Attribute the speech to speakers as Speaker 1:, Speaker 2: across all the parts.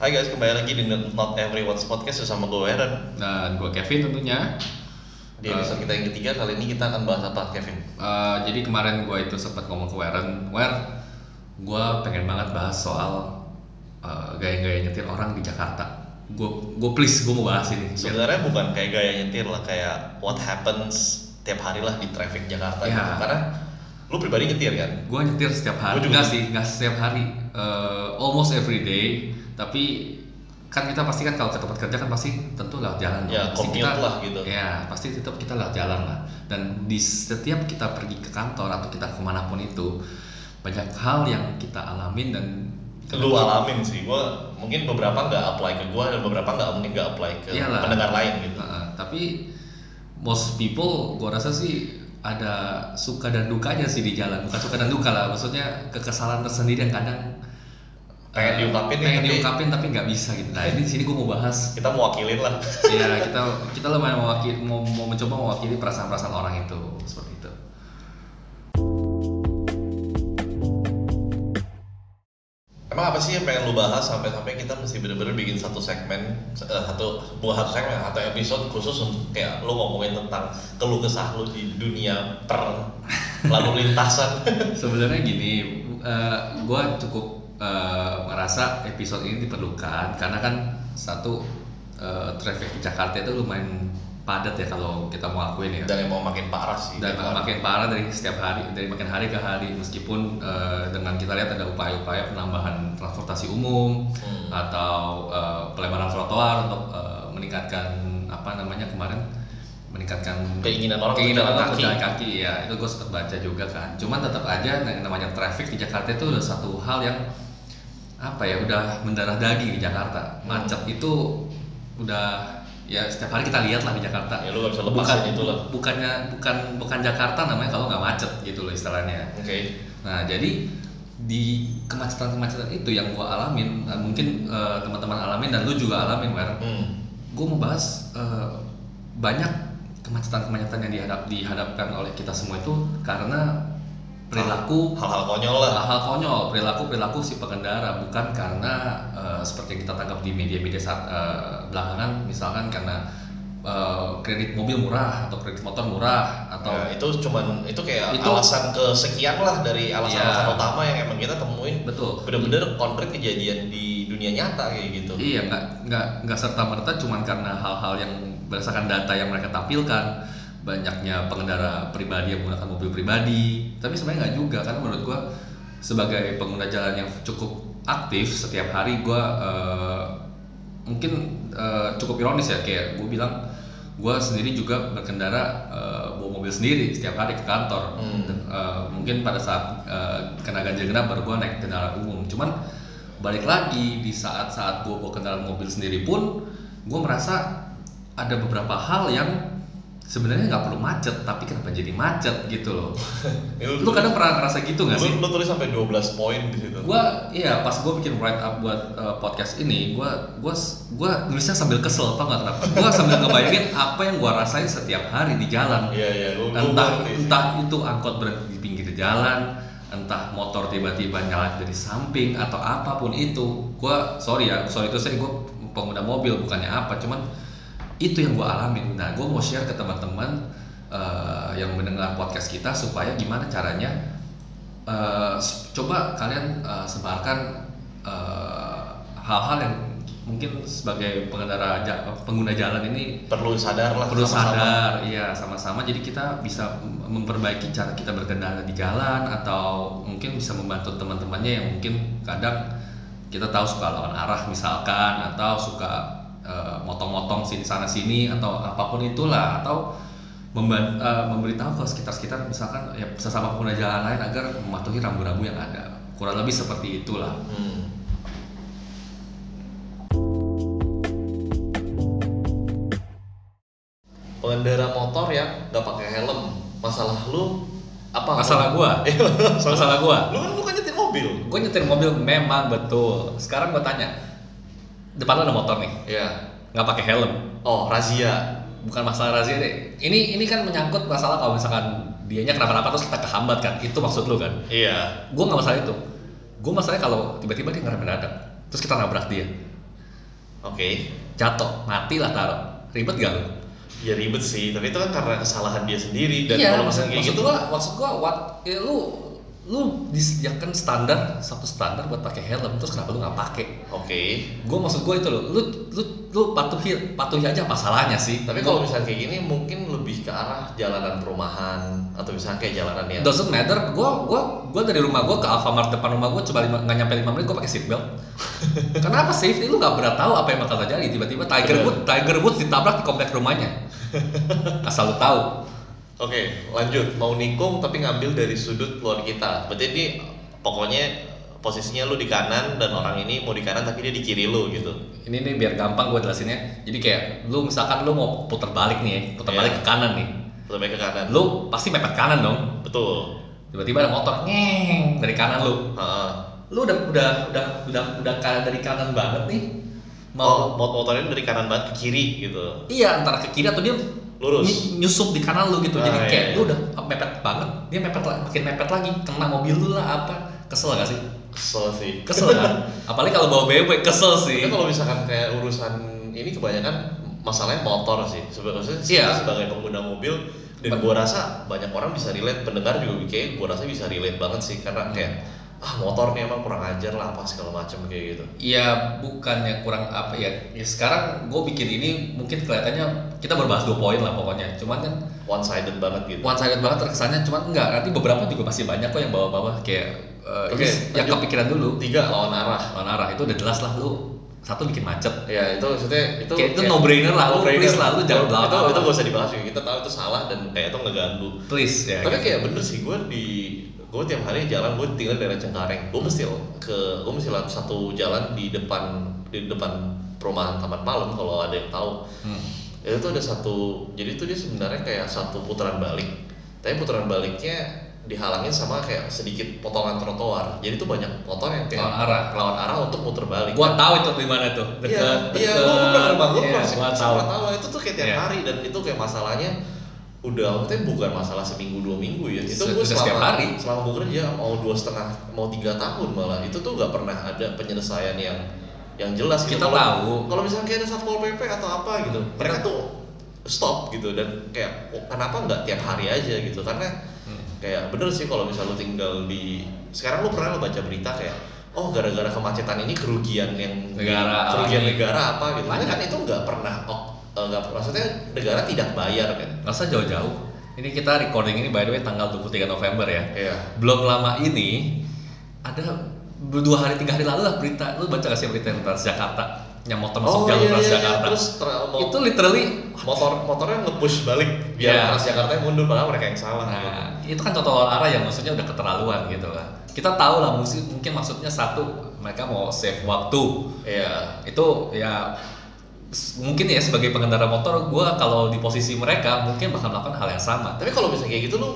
Speaker 1: Hai guys, kembali lagi di Not Everyone's Podcast bersama gue Aaron.
Speaker 2: Dan gue Kevin tentunya.
Speaker 1: Di episode kita yang ketiga kali ini kita akan bahas apa Kevin?
Speaker 2: Eh, jadi kemarin gue itu sempat ngomong ke Warren, Wer, gue pengen banget bahas soal eh, gaya-gaya nyetir orang di Jakarta. Gue gue please gue mau bahas ini. Biar-
Speaker 1: Sebenarnya bukan kayak gaya nyetir lah, kayak what happens tiap hari lah di traffic Jakarta
Speaker 2: Ya.
Speaker 1: gitu. Karena lu pribadi nyetir kan?
Speaker 2: gue nyetir setiap hari
Speaker 1: Gua juga.
Speaker 2: Nggak sih nggak setiap hari Eh, almost every day tapi kan kita pasti kan kalau ke tempat kerja kan pasti tentu lewat jalan dong.
Speaker 1: Ya,
Speaker 2: pasti
Speaker 1: commute lah gitu.
Speaker 2: ya pasti tetap kita lewat jalan lah dan di setiap kita pergi ke kantor atau kita kemanapun itu banyak hal yang kita alamin dan gitu.
Speaker 1: Lu alamin sih, gue mungkin beberapa nggak apply ke gue dan beberapa nggak mungkin nggak apply ke
Speaker 2: Iyalah.
Speaker 1: pendengar lain gitu.
Speaker 2: Nah, tapi most people gua rasa sih ada suka dan dukanya sih di jalan bukan suka dan duka lah maksudnya kekesalan tersendiri yang kadang
Speaker 1: Pengen
Speaker 2: eh,
Speaker 1: diungkapin nih,
Speaker 2: pengen
Speaker 1: tapi-
Speaker 2: diungkapin tapi nggak bisa gitu nah ini di sini gua mau bahas
Speaker 1: Kita mewakilin lah.
Speaker 2: ya kita kita lumayan mewakili mau, mau mencoba mewakili perasaan-perasaan orang itu seperti itu
Speaker 1: Emang apa sih yang pengen lu bahas sampai-sampai kita mesti bener-bener bikin satu segmen eh, satu bukan satu segmen atau episode khusus untuk kayak lu ngomongin tentang keluh kesah lu di dunia per lalu lintasan.
Speaker 2: sebenarnya gini gue cukup eh, merasa episode ini diperlukan karena kan satu eh, traffic di Jakarta itu lumayan padat ya kalau kita mau akuin ya
Speaker 1: Dan yang mau makin parah sih.
Speaker 2: dan
Speaker 1: Gitu.
Speaker 2: makin parah dari setiap hari dari makin hari ke hari meskipun eh, dengan kita lihat ada upaya-upaya penambahan transportasi umum
Speaker 1: Hmm.
Speaker 2: atau eh, pelebaran trotoar untuk eh, meningkatkan apa namanya kemarin meningkatkan
Speaker 1: Keinginan orang
Speaker 2: keinginan
Speaker 1: untuk jalan
Speaker 2: orang untuk
Speaker 1: kaki.
Speaker 2: jalan kaki ya itu gue sempat baca juga kan cuman tetap aja yang namanya traffic di Jakarta itu udah satu hal yang apa ya udah mendarah daging di Jakarta
Speaker 1: Hmm.
Speaker 2: macet itu udah ya setiap hari kita lihat lah di Jakarta
Speaker 1: Ya, lu gak bisa lepasin itu lah.
Speaker 2: bukannya bukan bukan Jakarta namanya kalau nggak macet gitu loh istilahnya
Speaker 1: Oke.
Speaker 2: Nah, jadi di kemacetan-kemacetan itu yang gua alamin, eh, mungkin eh, teman-teman alamin dan lu juga alamin, Wer.
Speaker 1: Hmm.
Speaker 2: Gua mau bahas eh, banyak kemacetan-kemacetan yang dihadap dihadapkan oleh kita semua itu karena perilaku
Speaker 1: Hal-hal konyol lah.
Speaker 2: hal-hal konyol, perilaku-perilaku si pengendara bukan karena eh, seperti yang kita tangkap di media-media saat eh, belakangan misalkan karena eh, kredit mobil murah atau kredit motor murah atau
Speaker 1: Ya, itu cuman itu kayak
Speaker 2: Itu-
Speaker 1: alasan kesekian lah dari alasan-alasan
Speaker 2: Iya.
Speaker 1: utama yang emang kita temuin
Speaker 2: betul
Speaker 1: bener-bener konkret kejadian di dunia nyata kayak gitu.
Speaker 2: Iya, nggak nggak nggak serta merta cuman karena hal-hal yang berdasarkan data yang mereka tampilkan banyaknya pengendara pribadi yang menggunakan mobil pribadi. Tapi sebenarnya nggak juga karena menurut gua sebagai pengguna jalan yang cukup aktif setiap hari gua eh, mungkin eh, cukup ironis ya kayak gue bilang gua sendiri juga berkendara eh, bawa mobil sendiri setiap hari ke kantor.
Speaker 1: Hmm.
Speaker 2: Dan, eh, mungkin pada saat eh, kena ganjil genap baru gue naik kendaraan umum. Cuman balik lagi di saat-saat gue bawa kendaraan mobil sendiri pun gue merasa ada beberapa hal yang sebenarnya nggak perlu macet tapi kenapa jadi macet gitu loh lu kadang pernah ngerasa gitu
Speaker 1: Ya,
Speaker 2: nggak
Speaker 1: lu,
Speaker 2: sih
Speaker 1: lu tulis sampai 12 poin di situ.
Speaker 2: gue iya pas gue bikin write up buat uh, podcast ini gue gua gua nulisnya sambil kesel tau nggak kenapa gue sambil ngebayangin apa yang gue rasain setiap hari di jalan
Speaker 1: Iya iya, lu lu
Speaker 2: entah
Speaker 1: ngerti sih.
Speaker 2: entah itu angkot berhenti di pinggir jalan entah motor tiba-tiba nyala dari samping atau apapun itu gua sorry ya sorry itu saya gua pengguna mobil bukannya apa cuman itu yang gua alamin nah gua mau share ke teman-teman eh, yang mendengar podcast kita supaya gimana caranya eh, s- coba kalian eh, sebarkan eh, hal-hal yang mungkin sebagai pengendara ja- pengguna jalan ini
Speaker 1: perlu sadar lah
Speaker 2: perlu
Speaker 1: sama-sama.
Speaker 2: sadar iya sama-sama jadi kita bisa mem- memperbaiki cara kita berkendara di jalan atau mungkin bisa membantu teman-temannya yang mungkin kadang kita tahu suka lawan arah misalkan atau suka eh, motong-motong sini sana sini atau apapun itulah atau memban- eh, memberitahu ke sekitar-sekitar misalkan ya sesama pengguna jalan lain agar mematuhi rambu-rambu yang ada kurang lebih seperti itulah
Speaker 1: Hmm. pengendara motor yang nggak pakai helm masalah lu apa Eh, Iya,
Speaker 2: masalah gua masalah gua
Speaker 1: lu kan bukan nyetir mobil
Speaker 2: gue nyetir mobil memang betul sekarang gue tanya depan lo ada motor nih
Speaker 1: ya
Speaker 2: nggak pakai helm
Speaker 1: oh razia
Speaker 2: bukan masalah razia deh ini ini kan menyangkut masalah kalau misalkan dianya kenapa-napa terus kita kehambat kan itu maksud lo kan
Speaker 1: iya
Speaker 2: gue nggak masalah itu gue masalahnya kalau tiba-tiba dia ngerem mendadak terus kita nabrak dia
Speaker 1: Oke.
Speaker 2: jatuh mati lah taruh ribet gak lu?
Speaker 1: Ya ribet sih, tapi itu kan karena kesalahan dia sendiri dan
Speaker 2: iya,
Speaker 1: kalau misalnya
Speaker 2: maksud,
Speaker 1: kayak
Speaker 2: maksud
Speaker 1: gitu
Speaker 2: gua, maksud gua what, ya lu lu disediakan standar satu standar buat pakai helm terus kenapa lu nggak pakai?
Speaker 1: Oke.
Speaker 2: Gua maksud gua itu loh, lu lu lu patuhi patuhi aja masalahnya sih.
Speaker 1: Tapi kalau misalnya kayak gini mungkin lebih ke arah jalanan perumahan atau misalnya kayak jalanan yang
Speaker 2: doesn't matter, gua gua gua dari rumah gua ke Alfamart depan rumah gua coba lima- nggak nyampe 5 menit gua pakai seatbelt. Kenapa safety lu nggak pernah tahu apa yang bakal terjadi tiba-tiba Tiger
Speaker 1: Bener.
Speaker 2: Woods Tiger Woods ditabrak di komplek rumahnya. Asal lu tahu.
Speaker 1: Oke, lanjut. Mau nikung tapi ngambil dari sudut luar kita. Berarti ini pokoknya posisinya lu di kanan dan orang ini mau di kanan tapi dia di kiri lu gitu.
Speaker 2: ini nih biar gampang gue jelasinnya jadi kayak lu misalkan lu mau putar balik nih ya putar
Speaker 1: Iya.
Speaker 2: balik ke kanan nih
Speaker 1: Lebih ke kanan.
Speaker 2: lu pasti mepet kanan dong
Speaker 1: Betul.
Speaker 2: tiba-tiba ada motor ngeng dari kanan lu
Speaker 1: Heeh.
Speaker 2: lu udah udah udah udah udah ka- dari kanan banget nih
Speaker 1: Oh,
Speaker 2: mau
Speaker 1: mot- motornya dari kanan banget ke kiri gitu.
Speaker 2: iya antara ke kiri atau dia
Speaker 1: Lurus.
Speaker 2: ny- nyusup di kanan lu gitu
Speaker 1: Ah,
Speaker 2: jadi
Speaker 1: iya,
Speaker 2: kayak
Speaker 1: iya.
Speaker 2: lu udah mepet banget dia mepet lagi makin mepet lagi kena mobil lu lah apa kesel gak sih
Speaker 1: Kesel sih.
Speaker 2: kesel kan apalagi kalau bawa bebek kesel
Speaker 1: Tapi
Speaker 2: sih
Speaker 1: kalau misalkan kayak urusan ini kebanyakan masalahnya motor sih. Sebenarnya
Speaker 2: Iya.
Speaker 1: kita sebagai pengguna mobil dan
Speaker 2: Bet-
Speaker 1: gua rasa banyak orang bisa relate, pendengar juga kayak gua rasa bisa relate banget sih karena
Speaker 2: Hmm.
Speaker 1: kayak ah motor nih emang kurang ajar lah apa segala macam kayak gitu.
Speaker 2: Ya bukannya kurang apa ya. ya sekarang gue bikin ini mungkin kelihatannya kita berbahas dua poin lah pokoknya. Cuman kan
Speaker 1: One sided banget gitu.
Speaker 2: one sided banget terkesannya. Cuman enggak. Nanti beberapa juga masih banyak kok yang bawa-bawa kayak eh,
Speaker 1: Oke,
Speaker 2: ini yang
Speaker 1: lanjut.
Speaker 2: kepikiran dulu.
Speaker 1: Tiga lawan arah.
Speaker 2: Lawan arah itu udah jelas lah lu satu bikin macet.
Speaker 1: Ya itu maksudnya itu
Speaker 2: Kayak itu no-brainer lah, lu
Speaker 1: no-brainer.
Speaker 2: please lah, lu
Speaker 1: Itu-
Speaker 2: jangan
Speaker 1: Itu
Speaker 2: belakangan.
Speaker 1: itu gak usah dibahas juga. Kita tahu itu salah dan kayak itu ngeganggu.
Speaker 2: Please ya.
Speaker 1: Tapi
Speaker 2: kan?
Speaker 1: kayak bener sih gue di gue tiap hari jalan gue tinggal di daerah Cengkareng. Gue mesti ke gue mesti lewat satu jalan di depan di depan perumahan Taman Malam kalau ada yang tahu.
Speaker 2: Hmm.
Speaker 1: Itu tuh ada satu jadi tuh dia sebenarnya kayak satu putaran balik. Tapi putaran baliknya dihalangin sama kayak sedikit potongan trotoar. Jadi tuh banyak motor yang kayak
Speaker 2: Lawan arah.
Speaker 1: lawan arah untuk muter balik.
Speaker 2: Gua tahu itu di mana tuh.
Speaker 1: Iya,
Speaker 2: Deket-
Speaker 1: iya,
Speaker 2: deket.
Speaker 1: gue pernah bang, gue
Speaker 2: Iya,
Speaker 1: pernah sih
Speaker 2: gua
Speaker 1: pernah
Speaker 2: tahu.
Speaker 1: tahu itu tuh kayak tiap
Speaker 2: Iya.
Speaker 1: hari dan itu kayak masalahnya udah maksudnya bukan masalah seminggu dua minggu ya itu
Speaker 2: Sudah
Speaker 1: gue selama
Speaker 2: setiap hari.
Speaker 1: selama gue kerja mau dua setengah mau tiga tahun malah itu tuh nggak pernah ada penyelesaian yang yang jelas gitu.
Speaker 2: Kita
Speaker 1: Kalau-
Speaker 2: tahu.
Speaker 1: kalau misalnya kayak ada satpol pp atau apa gitu mereka tuh stop gitu dan kayak oh, kenapa nggak tiap hari aja gitu karena
Speaker 2: Hmm.
Speaker 1: kayak bener sih kalau misal lu tinggal di sekarang lu pernah lu baca berita kayak oh gara-gara kemacetan ini kerugian yang
Speaker 2: Negara
Speaker 1: kerugian
Speaker 2: alami.
Speaker 1: negara apa gitu Tapi
Speaker 2: Banyak.
Speaker 1: kan itu nggak pernah oh eh, nggak maksudnya negara tidak bayar kan
Speaker 2: Rasa jauh-jauh. Ini kita recording ini by the way tanggal 23 November ya.
Speaker 1: Iya.
Speaker 2: belum lama ini ada dua hari tiga hari lalu lah berita lu baca gak sih berita yang Transjakarta yang
Speaker 1: Oh,
Speaker 2: motor masuk jalur Transjakarta
Speaker 1: iya, terus tra- mo-
Speaker 2: itu literally
Speaker 1: motor motornya nge-push balik biar
Speaker 2: Iya.
Speaker 1: Transjakarta yang mundur malah mereka yang salah gitu.
Speaker 2: nah itu kan contoh lawan arah yang maksudnya udah keterlaluan gitu lah kita tahu lah mungkin mungkin maksudnya satu mereka mau save waktu
Speaker 1: Iya.
Speaker 2: itu ya s- mungkin ya sebagai pengendara motor gua kalau di posisi mereka mungkin bakal melakukan hal yang sama
Speaker 1: tapi kalau misalnya kayak gitu lu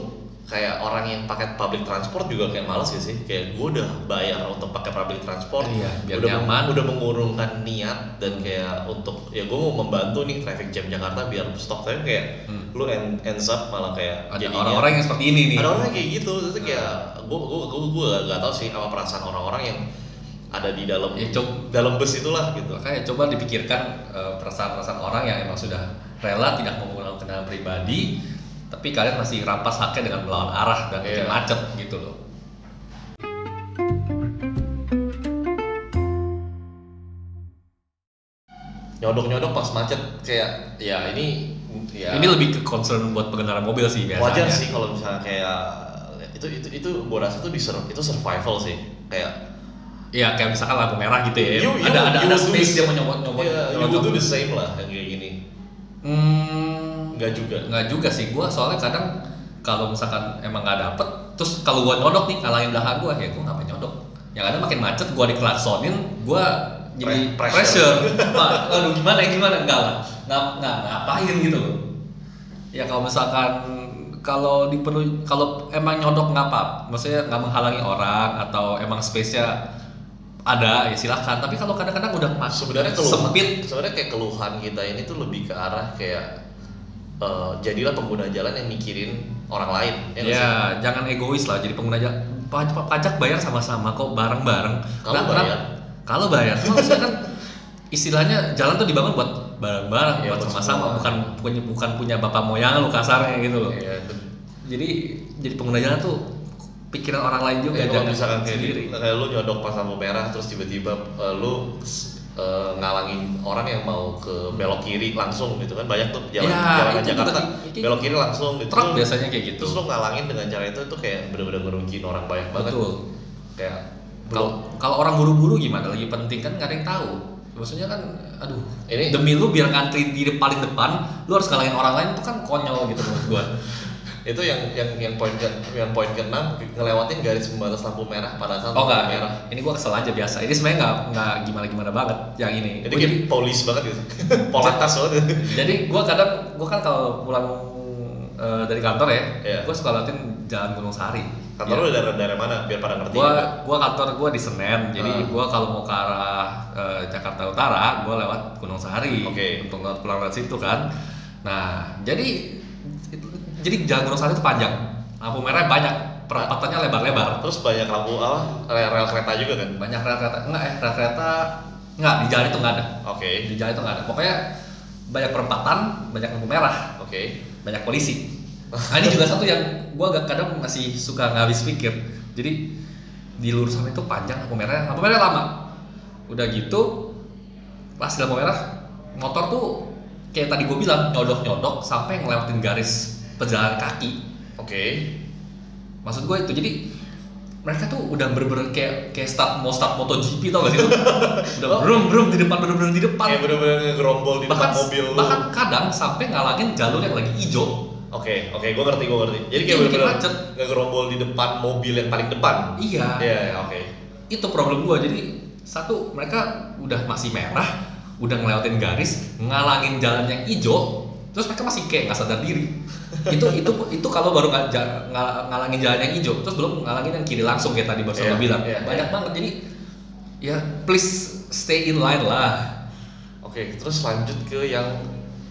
Speaker 1: kayak orang yang pakai public transport juga kayak males gak sih kayak gue udah bayar untuk pakai public transport
Speaker 2: Iya, biar
Speaker 1: udah
Speaker 2: nyaman.
Speaker 1: udah mengurungkan niat dan kayak untuk ya gue mau membantu nih traffic jam Jakarta biar stop tapi kayak
Speaker 2: Hmm.
Speaker 1: lu end, ends up malah kayak
Speaker 2: ada
Speaker 1: jadinya-
Speaker 2: orang-orang yang seperti ini nih
Speaker 1: ada orang yang kayak gitu itu kayak gue gue gue gue gak tau sih apa perasaan orang-orang yang ada di dalam
Speaker 2: Ya, cob-
Speaker 1: dalam bus itulah gitu
Speaker 2: Makanya coba dipikirkan eh, perasaan-perasaan orang yang emang sudah rela tidak menggunakan kendaraan pribadi, tapi kalian masih rampas haknya dengan melawan arah dan
Speaker 1: Iya.
Speaker 2: bikin macet gitu loh.
Speaker 1: nyodok nyodok pas macet kayak ya ini ya
Speaker 2: Ini lebih ke concern buat pengendara mobil sih biasanya.
Speaker 1: wajar sih kalau misalnya kayak itu itu itu gua rasa itu di sur- itu survival sih kayak
Speaker 2: Iya, kayak misalkan lampu merah gitu ya.
Speaker 1: You- you-
Speaker 2: ada ada
Speaker 1: you
Speaker 2: ada
Speaker 1: do
Speaker 2: space
Speaker 1: the-
Speaker 2: dia mau nyobot-nyobot.
Speaker 1: ya you
Speaker 2: nyobot-nyobot.
Speaker 1: do the same lah yang kayak gini
Speaker 2: Hmm,
Speaker 1: nggak juga
Speaker 2: nggak juga sih gua soalnya kadang kalau misalkan emang nggak dapet terus kalau gua nyodok nih kalangin belakang gua ya gua ngapain nyodok yang ada makin macet gua dikelaksonin gua jadi
Speaker 1: Pre-
Speaker 2: pressure,
Speaker 1: pressure.
Speaker 2: Wah, aduh gimana ya gimana enggak lah nggak nggak ngapain gitu loh ya kalau misalkan kalau diperlu kalau emang nyodok nggak apa maksudnya nggak menghalangi orang atau emang space nya ada ya silahkan tapi kalau kadang-kadang udah masuk
Speaker 1: sebenarnya keluhan
Speaker 2: sempit
Speaker 1: sebenarnya kayak keluhan kita ini tuh lebih ke arah kayak eh, jadilah pengguna jalan yang mikirin orang lain ya nggak sih?
Speaker 2: Ya, jangan egois lah. Jadi pengguna aja pajak, pajak bayar sama-sama kok bareng-bareng.
Speaker 1: Kalau
Speaker 2: Nah,
Speaker 1: bayar.
Speaker 2: nah, kalau bayar, cuma maksudnya kan istilahnya jalan tuh dibangun buat bareng-bareng,
Speaker 3: Iya,
Speaker 1: Ya,
Speaker 2: buat
Speaker 3: buat semua.
Speaker 2: sama-sama, bukan punya bukan punya bapak moyang lu kasarnya gitu loh.
Speaker 3: Iya, bener.
Speaker 2: Jadi jadi pengguna jalan tuh pikiran orang lain juga
Speaker 1: Ya, kalau
Speaker 2: jangan
Speaker 1: misalkan kayak,
Speaker 2: sendiri.
Speaker 1: di- kayak lu nyodok pas lampu merah terus tiba-tiba eh, lu eh, ngalangin orang yang mau ke belok kiri langsung gitu kan banyak tuh jalan
Speaker 2: Ya,
Speaker 1: jalanan
Speaker 2: itu
Speaker 1: Jakarta
Speaker 2: bukan- itu-
Speaker 1: belok kiri langsung gitu
Speaker 2: Truk
Speaker 1: Lu-
Speaker 2: biasanya kayak gitu.
Speaker 1: terus lu ngalangin dengan cara itu tuh kayak bener-bener ngerugiin orang banyak banget
Speaker 2: Betul.
Speaker 1: kayak belum
Speaker 2: Kalau kalau orang buru-buru gimana? Lagi penting kan nggak ada yang tahu. Maksudnya kan, aduh,
Speaker 1: Ini-
Speaker 2: demi lu biar ngantri di de- paling depan, lu harus ngalahin orang lain tuh kan konyol gitu menurut gua.
Speaker 1: itu yang yang yang poin ke yang poin keenam ngelewatin garis pembatas lampu merah pada saat
Speaker 2: Oh
Speaker 1: lampu
Speaker 2: enggak,
Speaker 1: merah
Speaker 2: ini gua kesel aja biasa. Ini sebenarnya nggak nggak gimana gimana banget yang ini.
Speaker 1: jadi
Speaker 2: Gua
Speaker 1: kayak
Speaker 2: jadi-
Speaker 1: polis banget gitu polantas banget
Speaker 2: jadi gua kadang gua kan kalau pulang eh, dari kantor ya,
Speaker 1: Iya.
Speaker 2: gua suka lewatin jalan Gunung Sari.
Speaker 1: kantor lu dari daerah mana biar pada ngerti
Speaker 2: Iya. gua gua kantor gua di Senen jadi
Speaker 1: Ah.
Speaker 2: gua kalau mau ke arah eh, Jakarta Utara gua lewat Gunung Sahari
Speaker 1: Oke.
Speaker 2: untuk lewat pulang dari situ kan nah jadi jadi jalan Gunung Sahari itu panjang lampu merah banyak perampatannya lebar-lebar
Speaker 1: terus banyak lampu apa rel, rel kereta juga kan
Speaker 2: banyak rel kereta enggak eh rel kereta enggak di jalan itu enggak ada
Speaker 1: oke
Speaker 2: di jalan itu enggak ada pokoknya banyak perempatan banyak lampu merah
Speaker 1: oke
Speaker 2: banyak polisi. Nah, ini juga satu yang gua agak kadang masih suka nggak habis pikir. Jadi di lurusan itu panjang lampu merah, lampu merah lama. Udah gitu pas di lampu merah motor tuh kayak tadi gue bilang nyodok nyodok sampai ngelewatin garis pejalan kaki.
Speaker 1: oke
Speaker 2: Maksud gue itu jadi mereka tuh udah berber kayak kayak start mau start MotoGP tau gak sih lu? udah brum brum di depan brum brum di depan.
Speaker 1: kayak bener-bener ngegerombol di depan
Speaker 2: bahkan
Speaker 1: mobil lu
Speaker 2: bahkan kadang sampai ngalangin jalur yang lagi hijau.
Speaker 1: Oke, oke, gua ngerti, gua ngerti. Jadi
Speaker 2: Iya,
Speaker 1: kayak
Speaker 2: bikin
Speaker 1: bener-bener
Speaker 2: macet.
Speaker 1: ngegerombol di depan mobil yang paling depan.
Speaker 2: Iya.
Speaker 1: Iya, iya, oke.
Speaker 2: itu problem gua jadi satu mereka udah masih merah udah ngelewatin garis ngalangin jalan yang hijau terus mereka masih kayak nggak sadar diri itu itu itu kalau baru nggak ja- ngal- ngalangin jalan yang hijau terus belum ngalangin yang kiri langsung kayak tadi barusan
Speaker 1: Iya,
Speaker 2: lo bilang
Speaker 1: iya,
Speaker 2: banyak
Speaker 1: iya.
Speaker 2: banget jadi ya please stay in line lah
Speaker 1: Oke, terus lanjut ke yang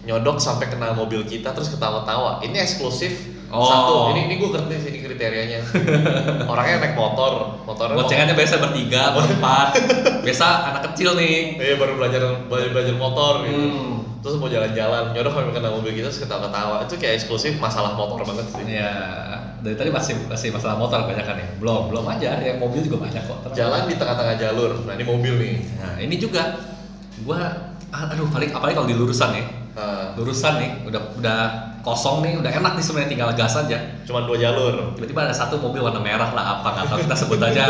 Speaker 1: nyodok sampai kena mobil kita terus ketawa-tawa. Ini eksklusif.
Speaker 2: Oh.
Speaker 1: Satu, ini ini gua ngerti sih ini kriterianya. Orangnya naik motor, motornya
Speaker 2: boncengannya biasa bertiga berempat biasa anak kecil nih
Speaker 1: Iya baru belajar baru belajar motor gitu.
Speaker 2: Hmm.
Speaker 1: Terus mau jalan-jalan, nyodok sampai kena mobil kita terus ketawa-ketawa. Itu kayak eksklusif masalah motor banget sih.
Speaker 2: ya dari tadi masih masih masalah motor banyak kan ya belum belum aja yang mobil juga banyak kok Tenang.
Speaker 1: Jalan di tengah-tengah jalur. Nah, ini mobil nih.
Speaker 2: Nah ini juga gua ah, aduh paling apalagi kalau di lurusan ya
Speaker 1: Nah,
Speaker 2: lurusan nih udah udah kosong nih udah enak nih sebenarnya tinggal gas aja
Speaker 1: cuma dua jalur.
Speaker 2: tiba-tiba ada satu mobil warna merah lah apa nggak tahu kita sebut aja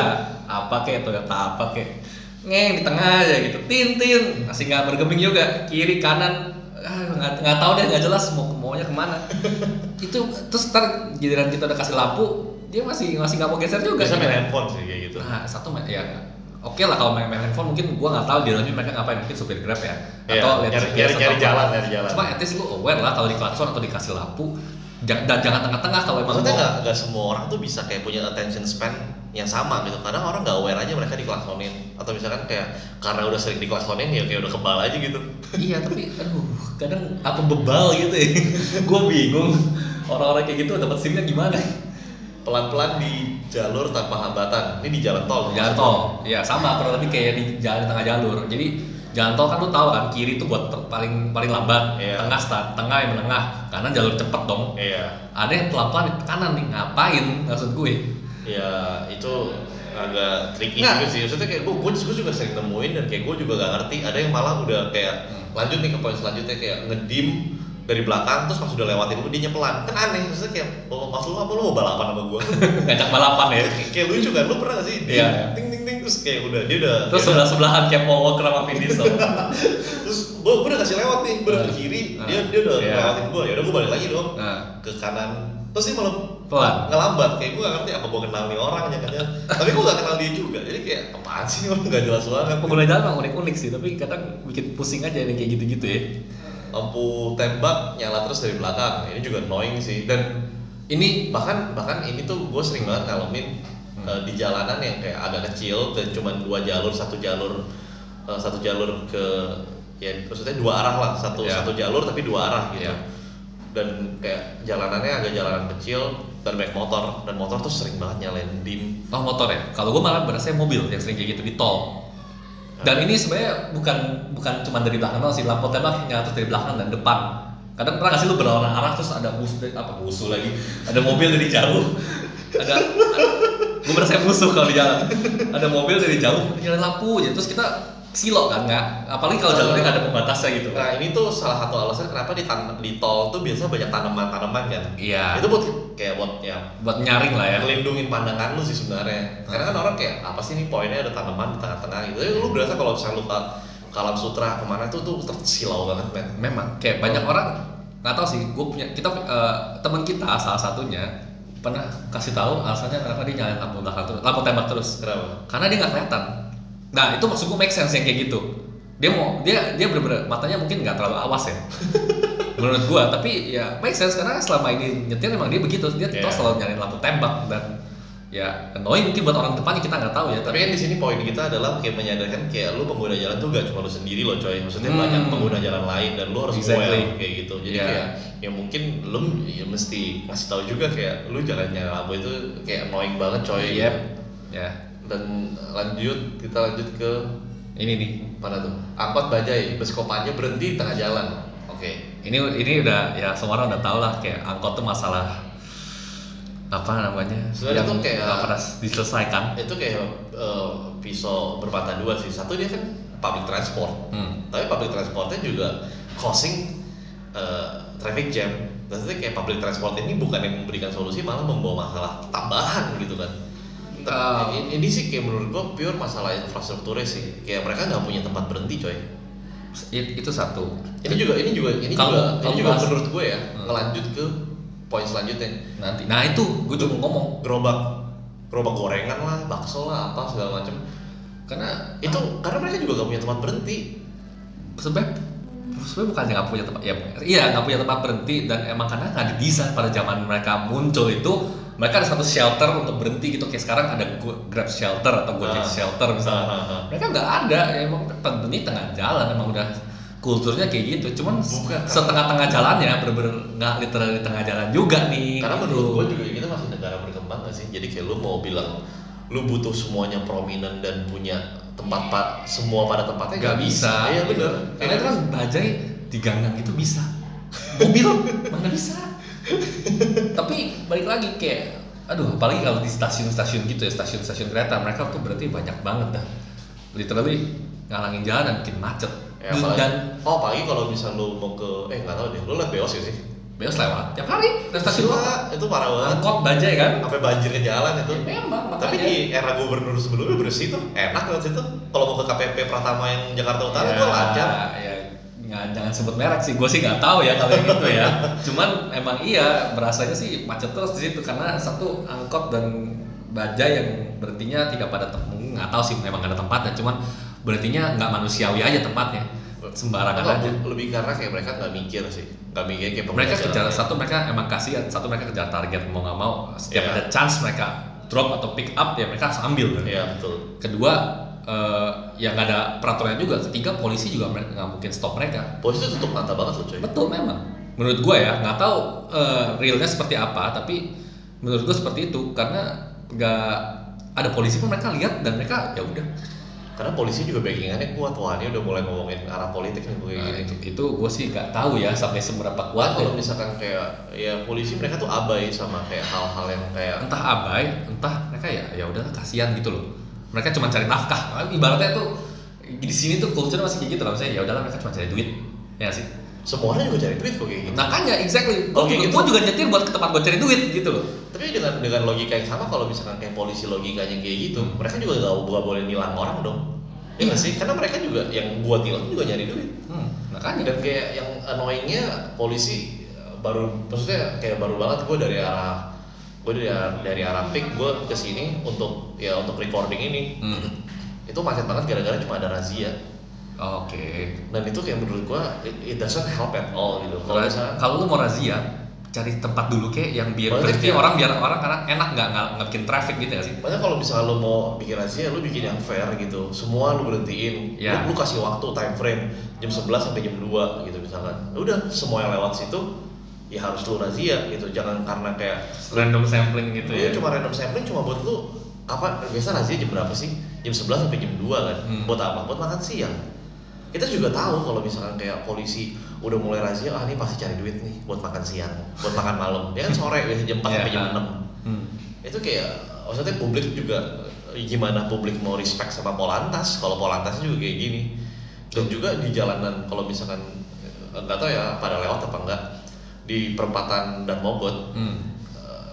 Speaker 2: apa kayak Toyota apa kayak ngeng di tengah aja gitu tin tin masih nggak bergeming juga kiri kanan ah, nggak nggak tahu deh nggak jelas mau maunya kemana itu terus ntar giliran kita udah kasih lampu dia masih masih nggak mau geser juga
Speaker 1: Biasa
Speaker 2: Gimana?
Speaker 1: main handphone sih kayak gitu.
Speaker 2: Nah, satu ma- ya oke lah kalau main, main handphone mungkin gua nggak tahu di dalamnya mereka ngapain mungkin supir grab ya
Speaker 1: Iya,
Speaker 2: atau lihat
Speaker 1: nyari-
Speaker 2: GPS
Speaker 1: nyari-
Speaker 2: atau
Speaker 1: nyari
Speaker 2: apa.
Speaker 1: jalan, nyari jalan.
Speaker 2: Cuma at least lu aware lah kalau di klakson atau dikasih lampu Ja- dan jangan tengah-tengah kalau emang
Speaker 1: Maksudnya
Speaker 2: mau.
Speaker 1: nggak nggak semua orang tuh bisa kayak punya attention span yang sama gitu. Kadang orang nggak aware aja mereka diklaksonin atau misalkan kayak karena udah sering diklaksonin ya kayak udah kebal aja gitu.
Speaker 2: iya tapi aduh kadang apa bebal gitu ya gue bingung orang-orang kayak gitu dapat simnya gimana
Speaker 1: Pelan-pelan di jalur tanpa hambatan. Ini di jalan tol.
Speaker 2: jalan tol ya sama kurang lebih kayak di jalan tengah jalur jadi jalan tol kan lu tahu kan kiri tuh buat ter- paling paling lambat
Speaker 1: Iya.
Speaker 2: tengah start tengah yang menengah kanan jalur cepet dong
Speaker 1: Iya.
Speaker 2: ada yang pelan-pelan di kanan nih ngapain maksud gue
Speaker 1: Ya itu agak tricky
Speaker 2: Nggak.
Speaker 1: juga sih. Maksudnya kayak gue, gue, juga sering temuin dan kayak gue juga nggak ngerti. Ada yang malah udah kayak
Speaker 2: Hmm.
Speaker 1: lanjut nih ke poin selanjutnya kayak ngedim dari belakang terus pas udah lewatin gue dia pelan kan aneh maksudnya kayak oh, maksud lu apa lu mau balapan sama gue
Speaker 2: ngajak balapan ya
Speaker 1: kayak lucu kan lu pernah gak sih
Speaker 2: Iya.
Speaker 1: dia ting ting ting terus kayak udah dia udah
Speaker 2: terus
Speaker 1: dia udah-
Speaker 2: sebelah sebelahan kayak Paul Walker sama Vin Diesel
Speaker 1: terus gua gua udah kasih lewat nih gua udah ke
Speaker 2: Ah.
Speaker 1: kiri
Speaker 2: Ah.
Speaker 1: dia dia udah
Speaker 2: Iya.
Speaker 1: lewatin gua ya udah gua balik lagi dong
Speaker 2: nah,
Speaker 1: ke kanan terus dia malah
Speaker 2: Pelan.
Speaker 1: ngelambat kayak gua gak ngerti apa gua kenal nih orang jangan jangan tapi gua gak kenal dia juga jadi kayak apaan sih orang gak jelas banget
Speaker 2: pengguna jalan emang unik-unik sih tapi kadang bikin pusing aja yang kayak gitu-gitu ya
Speaker 1: lampu tembak nyala terus dari belakang ini juga annoying sih dan
Speaker 2: ini
Speaker 1: bahkan bahkan ini tuh gue sering banget ngalamin
Speaker 2: Hmm.
Speaker 1: eh, di jalanan yang kayak agak kecil dan cuma dua jalur satu jalur eh, satu jalur ke ya maksudnya dua arah lah satu
Speaker 2: Ya.
Speaker 1: satu jalur tapi dua arah gitu
Speaker 2: Ya.
Speaker 1: dan kayak jalanannya agak jalanan kecil dan banyak motor dan motor tuh sering banget nyalain dim
Speaker 2: oh motor ya kalau gue malah berasanya mobil yang sering kayak gitu di tol Dan ini sebenarnya bukan bukan cuma dari belakang doang sih, lampu tembak yang nyala terus dari belakang dan depan. Kadang pernah nggak sih lu berlawanan arah terus ada musuh apa musuh lagi, ada mobil dari jauh, ada, ada gue berasa musuh kalau di jalan. Ada mobil dari jauh nyalain lampu aja, terus kita silo kan nggak, apalagi kalau jalannya nggak ada pembatasnya gitu.
Speaker 1: Nah ini tuh salah satu alasan kenapa di, tan- di tol tuh biasa banyak tanaman-tanaman kan.
Speaker 2: Iya,
Speaker 1: Itu buat kayak buat ya
Speaker 2: buat nyaring lah ya.
Speaker 1: ngelindungin pandangan lu sih sebenarnya. Karena
Speaker 2: Hmm.
Speaker 1: kan orang kayak apa sih ini poinnya ada tanaman di tengah-tengah gitu. Tapi lu berasa kalau misalnya lu ke Kalam Sutra kemana tuh tuh tersilau banget men.
Speaker 2: Memang, kayak banyak orang nggak tahu sih. Gue punya kita eh, teman kita salah satunya pernah kasih tahu alasannya kenapa dia nyalain lampu belakang terus, lampu tembak terus.
Speaker 1: Kenapa?
Speaker 2: Karena dia nggak kelihatan. Nah itu maksud gue make sense yang kayak gitu. Dia mau dia dia bener-bener matanya mungkin nggak terlalu awas ya. Menurut gue, tapi ya make sense karena selama ini nyetir memang dia begitu. Dia
Speaker 1: Iya.
Speaker 2: terus selalu nyalain lampu tembak dan ya annoying mungkin buat orang depan kita nggak tahu ya.
Speaker 1: Tapi
Speaker 2: Tapi
Speaker 1: kan di sini poin kita adalah kayak menyadarkan kayak lu pengguna jalan tuh gak cuma lu sendiri loh coy. Maksudnya
Speaker 2: Hmm.
Speaker 1: banyak pengguna jalan lain dan lu harus
Speaker 2: Exactly.
Speaker 1: aware kayak gitu. Jadi
Speaker 2: Iya.
Speaker 1: kayak ya mungkin lu ya mesti ngasih tahu juga kayak lu jalannya lampu itu kayak annoying banget coy.
Speaker 2: Yep. ya
Speaker 1: Dan lanjut kita lanjut ke
Speaker 2: ini nih.
Speaker 1: mana tuh? Angkot bajai, bus kopanya berhenti di tengah jalan. Oke.
Speaker 2: ini ini udah ya semua orang udah tau lah kayak angkot tuh masalah apa namanya
Speaker 1: Sebenarnya
Speaker 2: yang
Speaker 1: tuh kayak-
Speaker 2: nggak pernah diselesaikan
Speaker 1: Itu kayak eh, pisau bermata dua sih. Satu dia kan public transport.
Speaker 2: hmm.
Speaker 1: tapi public transportnya juga causing uh, traffic jam maksudnya kayak public transport ini bukan yang memberikan solusi malah membawa masalah tambahan gitu kan Ter-
Speaker 2: Ah.
Speaker 1: ini, ini sih kayak menurut gua pure masalah infrastrukturnya sih kayak mereka nggak punya tempat berhenti coy
Speaker 2: It- itu satu
Speaker 1: ini juga ini juga ini
Speaker 2: Kamu-
Speaker 1: juga ini
Speaker 2: kamu
Speaker 1: juga
Speaker 2: bahas.
Speaker 1: menurut gue ya
Speaker 2: Hmm.
Speaker 1: ngelanjut ke poin selanjutnya
Speaker 2: nanti nah itu gue juga mau ngomong
Speaker 1: gerobak gerobak gorengan lah bakso lah apa segala macam
Speaker 2: karena
Speaker 1: itu karena mereka juga nggak punya tempat berhenti
Speaker 2: sebenarnya sebenarnya bukan nggak punya tempat ya iya nggak punya tempat berhenti dan emang karena nggak didesain pada zaman mereka muncul itu mereka ada satu shelter untuk berhenti gitu kayak sekarang ada Go- grab shelter atau gojek
Speaker 1: Ah.
Speaker 2: shelter misalnya mereka nggak ada ya emang penting tengah jalan emang udah kulturnya kayak gitu cuman
Speaker 1: Bukan.
Speaker 2: setengah-tengah jalannya bener-bener nggak literally tengah jalan juga nih
Speaker 1: Karena
Speaker 2: gitu.
Speaker 1: menurut gue juga kita masih negara berkembang gak sih? Jadi kayak lu mau bilang lu butuh semuanya prominent dan punya tempat pa- semua pada tempatnya
Speaker 2: Eh, nggak bisa
Speaker 1: Iya bener.
Speaker 2: karena itu kan bajai di ganggang itu bisa mobil mana bisa tapi balik lagi kayak aduh apalagi kalau di stasiun-stasiun gitu ya stasiun-stasiun kereta mereka tuh berarti banyak banget dah literally ngalangin jalan dan bikin macet
Speaker 1: Ya, apalagi-
Speaker 2: dan
Speaker 1: oh apalagi kalau misal lu mau ke eh nggak tahu deh lu liat beos gak sih?
Speaker 2: beos lewat tiap hari dari stasiun
Speaker 1: Gila, itu parah banget.
Speaker 2: angkot bajai kan
Speaker 1: Sampai banjir ke jalan itu.
Speaker 2: Ya, memang
Speaker 1: Tapi
Speaker 2: makanya.
Speaker 1: di era gubernur sebelumnya bersih tuh, enak lewat situ. Kalau mau ke KPP Pratama yang Jakarta
Speaker 2: Iya.
Speaker 1: Utara gua lancar.
Speaker 2: ya, nggak, jangan sebut merek sih gue sih nggak tahu ya kalau yang gitu ya cuman emang iya berasanya sih macet terus di situ karena satu angkot dan bajai yang berhentinya tidak pada tem- mungkin nggak tahu sih memang nggak ada tempatnya cuman berhentinya nggak manusiawi aja tempatnya sembarangan
Speaker 1: Atau
Speaker 2: aja
Speaker 1: Lebih karena kayak mereka nggak mikir sih, nggak mikir kayak Iya, pengguna
Speaker 2: mereka
Speaker 1: jalan.
Speaker 2: kejar satu mereka emang kasihan satu mereka kejar target mau nggak mau setiap
Speaker 1: Iya.
Speaker 2: ada chance mereka drop atau pick up ya mereka harus ambil kan
Speaker 1: Iya betul.
Speaker 2: kedua eh, ya nggak ada peraturan juga ketiga polisi juga mereka nggak mungkin stop mereka
Speaker 1: Polisi tuh tutup mata banget loh coy.
Speaker 2: Betul memang. Menurut gue ya, nggak tahu eh, realnya seperti apa, tapi menurut gue seperti itu karena nggak ada polisi pun mereka lihat dan mereka ya udah.
Speaker 1: Karena polisi juga backingannya kuat wah ini udah mulai ngomongin arah politik nih gue
Speaker 2: Nah,
Speaker 1: gini.
Speaker 2: itu itu gue sih nggak tahu ya sampai seberapa
Speaker 1: Wah
Speaker 2: kuat. ya.
Speaker 1: kalau misalkan kayak ya polisi mereka tuh abai sama kayak hal-hal yang kayak
Speaker 2: Entah abai, entah mereka ya ya udahlah kasihan gitu loh. Mereka cuma cari nafkah. Ibaratnya tuh di sini tuh culture masih kayak gitu loh. Misalnya ya udahlah mereka cuma cari duit. Ya nggak sih. Nah,
Speaker 1: semua orang juga cari duit kok kayak gitu.
Speaker 2: Makanya exactly. Gue
Speaker 1: Oke,
Speaker 2: juga,
Speaker 1: gitu.
Speaker 2: gua juga nyetir buat ke tempat gue cari duit gitu loh.
Speaker 1: Tapi dengan dengan logika yang sama kalau misalkan kayak polisi logikanya kayak gitu,
Speaker 2: Hmm.
Speaker 1: mereka juga gak, nggak boleh nilang orang dong. Iya nggak sih? Karena mereka juga yang buat nilang juga nyari duit.
Speaker 2: Hmm,
Speaker 1: Dan
Speaker 2: makanya.
Speaker 1: kayak yang annoyingnya polisi eh, baru maksudnya kayak baru banget gue dari arah gue dari arah, dari arah pik gue ke sini untuk ya untuk recording ini
Speaker 2: Hmm.
Speaker 1: itu macet banget gara-gara cuma ada razia
Speaker 2: Oke.
Speaker 1: dan itu kayak menurut gua it, it doesn't help at all gitu kalau
Speaker 2: Ra-
Speaker 1: misalnya
Speaker 2: kalau lu mau razia cari tempat dulu kek yang biar
Speaker 1: Maksudnya
Speaker 2: berhenti
Speaker 1: kayak-
Speaker 2: orang biar orang karena enak nggak nggak nggak bikin traffic gitu ya sih
Speaker 1: Makanya kalau misalnya lo mau bikin razia, lo bikin yang fair gitu. Semua lo berhentiin.
Speaker 2: Ya.
Speaker 1: Lo, lo kasih waktu time frame jam 11 sampai jam 2 gitu misalkan. Ya Udah semua yang lewat situ ya harus lo razia gitu. Jangan karena kayak
Speaker 2: random sampling gitu
Speaker 1: ya. Iya cuma random sampling cuma buat lu apa biasa razia jam berapa sih? jam 11 sampai jam 2 kan
Speaker 2: Hmm.
Speaker 1: buat apa buat makan siang kita juga tahu kalau misalkan kayak polisi udah mulai razia ah ini pasti cari duit nih buat makan siang buat makan malam ya kan sore biasanya jam 4
Speaker 2: Iya.
Speaker 1: sampai jam
Speaker 2: Hmm.
Speaker 1: 6 itu kayak maksudnya publik juga eh, gimana publik mau respect sama polantas kalau polantas juga kayak gini dan juga di jalanan kalau misalkan eh, nggak tahu ya pada lewat apa enggak di perempatan dan mogot
Speaker 2: Hmm.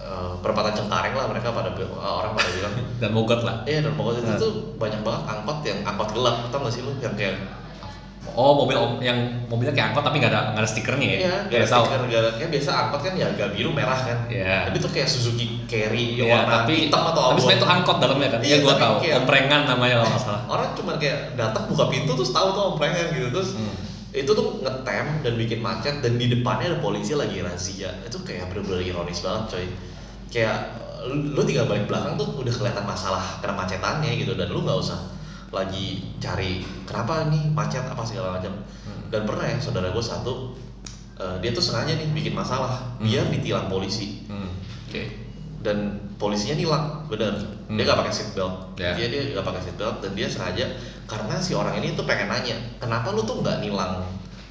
Speaker 1: eh, perempatan Cengkareng lah mereka pada bi- eh, orang pada bilang
Speaker 2: Dan mogot lah.
Speaker 1: Iya dan pokoknya itu
Speaker 2: Nah.
Speaker 1: tuh banyak banget angkot yang angkot gelap tau gak sih lu yang kayak
Speaker 2: Oh mobil om- yang mobilnya kayak angkot tapi nggak ada nggak ada stikernya ya?
Speaker 1: iya
Speaker 2: Nggak
Speaker 1: gara
Speaker 2: ada tahu.
Speaker 1: stiker gara kayak biasa angkot kan ya agak biru merah kan
Speaker 2: Iya.
Speaker 1: tapi tuh kayak Suzuki Carry yang
Speaker 2: Iya,
Speaker 1: warna
Speaker 2: tapi
Speaker 1: hitam atau
Speaker 2: tapi
Speaker 1: abu
Speaker 2: sebenarnya itu angkot dalamnya kan?
Speaker 1: Iya,
Speaker 2: Iya, gua
Speaker 1: tapi
Speaker 2: tahu.
Speaker 1: kayak-
Speaker 2: Komprengan namanya kalau nggak salah.
Speaker 1: orang cuma kayak datang buka pintu terus tahu tuh omprengan gitu terus
Speaker 2: Hmm.
Speaker 1: itu tuh ngetem dan bikin macet dan di depannya ada polisi lagi razia itu kayak bener-bener ironis banget coy kayak lu, lu tinggal balik belakang tuh udah kelihatan masalah karena macetannya gitu dan lu nggak usah lagi cari kenapa nih macet apa segala macam
Speaker 2: Hmm.
Speaker 1: dan pernah ya saudara gue satu eh, dia tuh sengaja nih bikin masalah biar ditilang polisi
Speaker 2: Hmm. Oke.
Speaker 1: dan polisinya nilang bener dia
Speaker 2: Hmm.
Speaker 1: nggak pakai seat belt
Speaker 2: Ya.
Speaker 1: dia dia nggak pakai seat belt dan dia sengaja karena si orang ini tuh pengen nanya kenapa lu tuh nggak nilang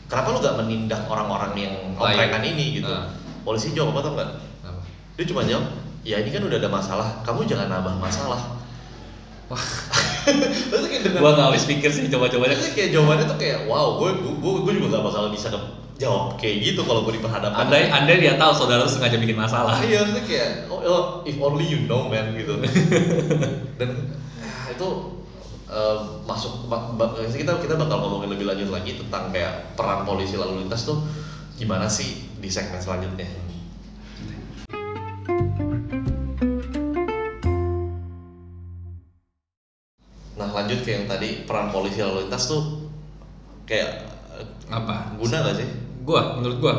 Speaker 1: kenapa lu nggak menindak orang-orang yang
Speaker 2: Lain.
Speaker 1: oprekan ini gitu
Speaker 2: Ah.
Speaker 1: polisi jawab apa tau nggak
Speaker 2: Apa?
Speaker 1: dia cuma jawab ya ini kan udah ada masalah kamu jangan nambah masalah
Speaker 2: Wah.
Speaker 1: Terus kayak dengan
Speaker 2: Gua nggak habis pikir sih coba-cobanya.
Speaker 1: Terus kayak jawabannya tuh kayak wow gue gue gue juga gak bakal bisa ke- jawab kayak gitu kalau gue diperhadapkan
Speaker 2: Andai andai dia tahu saudara lu sengaja bikin masalah.
Speaker 1: iya maksudnya kayak oh, oh, if only you know man gitu dan ah, itu eh, masuk ba- ba- kita kita bakal ngomongin lebih lanjut lagi tentang kayak peran polisi lalu lintas tuh gimana sih di segmen selanjutnya nah lanjut ke yang tadi peran polisi lalu lintas tuh kayak eh,
Speaker 2: Apa?
Speaker 1: guna gak sih
Speaker 2: Gua menurut gua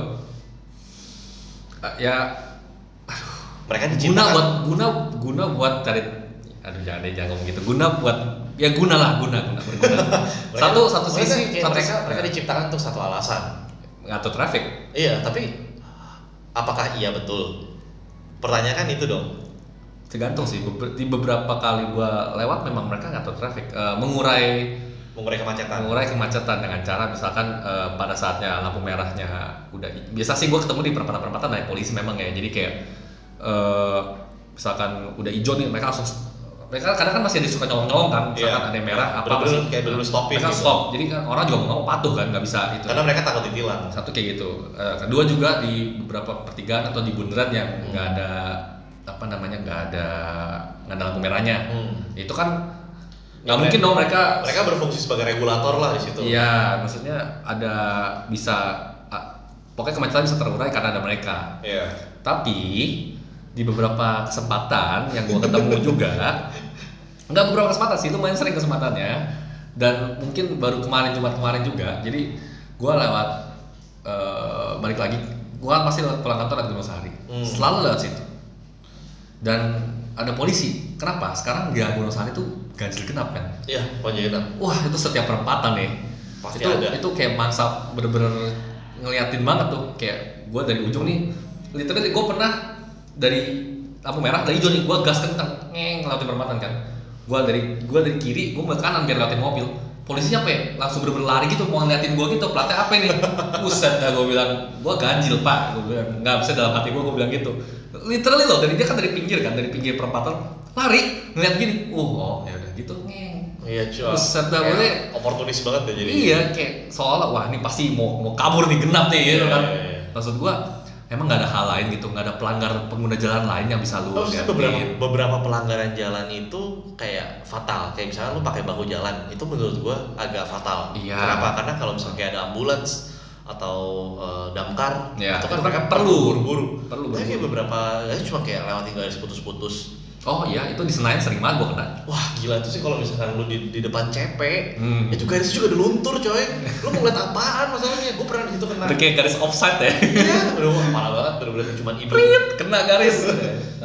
Speaker 2: eh, ya
Speaker 1: mereka kan?
Speaker 2: guna
Speaker 1: diciptakan
Speaker 2: buat guna guna buat cari aduh jangan deh jangan ngomong gitu guna buat ya guna lah guna guna berguna satu satu
Speaker 1: Mereka-
Speaker 2: sisi
Speaker 1: kayak
Speaker 2: satu
Speaker 1: mereka,
Speaker 2: sisi- Nah,
Speaker 1: mereka diciptakan untuk satu alasan
Speaker 2: ngatur traffic
Speaker 1: iya tapi apakah iya betul pertanyaan itu dong
Speaker 2: tergantung sih Beber- di beberapa kali gua lewat memang mereka ngatur traffic Eh, mengurai
Speaker 1: mengurai kemacetan
Speaker 2: mengurai kemacetan dengan cara misalkan eh, pada saatnya lampu merahnya udah biasa sih gue ketemu di perempatan-perempatan naik polisi memang ya jadi kayak eh, misalkan udah hijau nih mereka langsung mereka kadang kan masih ada yang suka nyolong-nyolong kan misalkan
Speaker 1: Iya.
Speaker 2: ada yang merah apa
Speaker 1: Bener-bener
Speaker 2: masih-
Speaker 1: kayak bener-bener stopping
Speaker 2: mereka
Speaker 1: gitu.
Speaker 2: stop jadi kan orang juga mau nggak mau patuh kan nggak bisa itu
Speaker 1: karena mereka takut ditilang
Speaker 2: satu kayak gitu Eh, kedua juga di beberapa pertigaan atau di bundaran yang nggak ada apa namanya nggak ada nggak ada lampu merahnya
Speaker 1: Hmm.
Speaker 2: itu kan
Speaker 1: Ya,
Speaker 2: nggak mungkin dong mereka
Speaker 1: mereka berfungsi sebagai regulator lah di situ
Speaker 2: Iya, maksudnya ada bisa a- pokoknya kemacetan bisa terurai karena ada mereka.
Speaker 1: Iya.
Speaker 2: Tapi di beberapa kesempatan yang gua ketemu juga nggak beberapa kesempatan sih, lumayan sering kesempatannya dan mungkin baru kemarin Jumat kemarin juga. Jadi gua lewat eh, balik lagi, gua kan pasti lewat pulang kantor lewat Gunung Sahari.
Speaker 1: Hmm.
Speaker 2: Selalu lewat situ. Dan ada polisi. Kenapa? Sekarang di Gunung Sahari tuh ganjil genap kan?
Speaker 1: iya banjir hitam
Speaker 2: Wah itu setiap perempatan nih.
Speaker 1: Pasti
Speaker 2: itu,
Speaker 1: ada.
Speaker 2: Itu kayak mangsa bener-bener ngeliatin banget tuh. Kayak gue dari ujung nih, literally gue pernah dari lampu merah dari hijau nih, gue gas kenceng, ngeng lewatin perempatan kan. Gue dari gue dari kiri, gue ke kanan biar lewatin mobil. Polisinya apa ya? Langsung bener-bener lari gitu, mau ngeliatin gue gitu, platnya apa nih? Buset dah gue bilang, gue ganjil pak, gue bilang, nggak bisa dalam hati gue, gue bilang gitu. Literally loh, dari dia kan dari pinggir kan, dari pinggir perempatan, lari ngeliat gini, uh oh ya udah gitu ngeng
Speaker 1: iya cuy
Speaker 2: Buset dah, boleh.
Speaker 1: oportunis banget ya jadi
Speaker 2: iya kayak seolah wah ini pasti mau mau kabur nih genap nih gitu
Speaker 1: Iya,
Speaker 2: kan
Speaker 1: iya, iya.
Speaker 2: maksud gua emang nggak ada hal lain gitu nggak ada pelanggar pengguna jalan lain yang bisa lu
Speaker 1: Terus
Speaker 2: gantiin.
Speaker 1: beberapa, beberapa pelanggaran jalan itu kayak fatal. Kayak misalnya lu pakai bahu jalan, itu menurut gua agak fatal.
Speaker 2: Iya.
Speaker 1: Kenapa? Karena kalau misalnya kayak ada ambulans atau eh, damkar,
Speaker 2: Iya,
Speaker 1: itu kan
Speaker 2: itu
Speaker 1: mereka
Speaker 2: kan perlu.
Speaker 1: buru-buru.
Speaker 2: Perlu
Speaker 1: Tapi kayak
Speaker 2: buru-buru.
Speaker 1: beberapa, ya cuma kayak lewatin garis putus-putus.
Speaker 2: oh iya itu di Senayan sering banget gua kena
Speaker 1: Wah gila itu sih kalau misalkan lu di, di depan CP,
Speaker 2: Hmm.
Speaker 1: itu garis juga udah luntur coy. Lu mau ngeliat apaan masalahnya? Gua pernah di situ kena.
Speaker 2: udah kayak garis offside ya
Speaker 1: Iya, udah wah, parah banget. Bener-bener cuma ibu.
Speaker 2: Prit, kena garis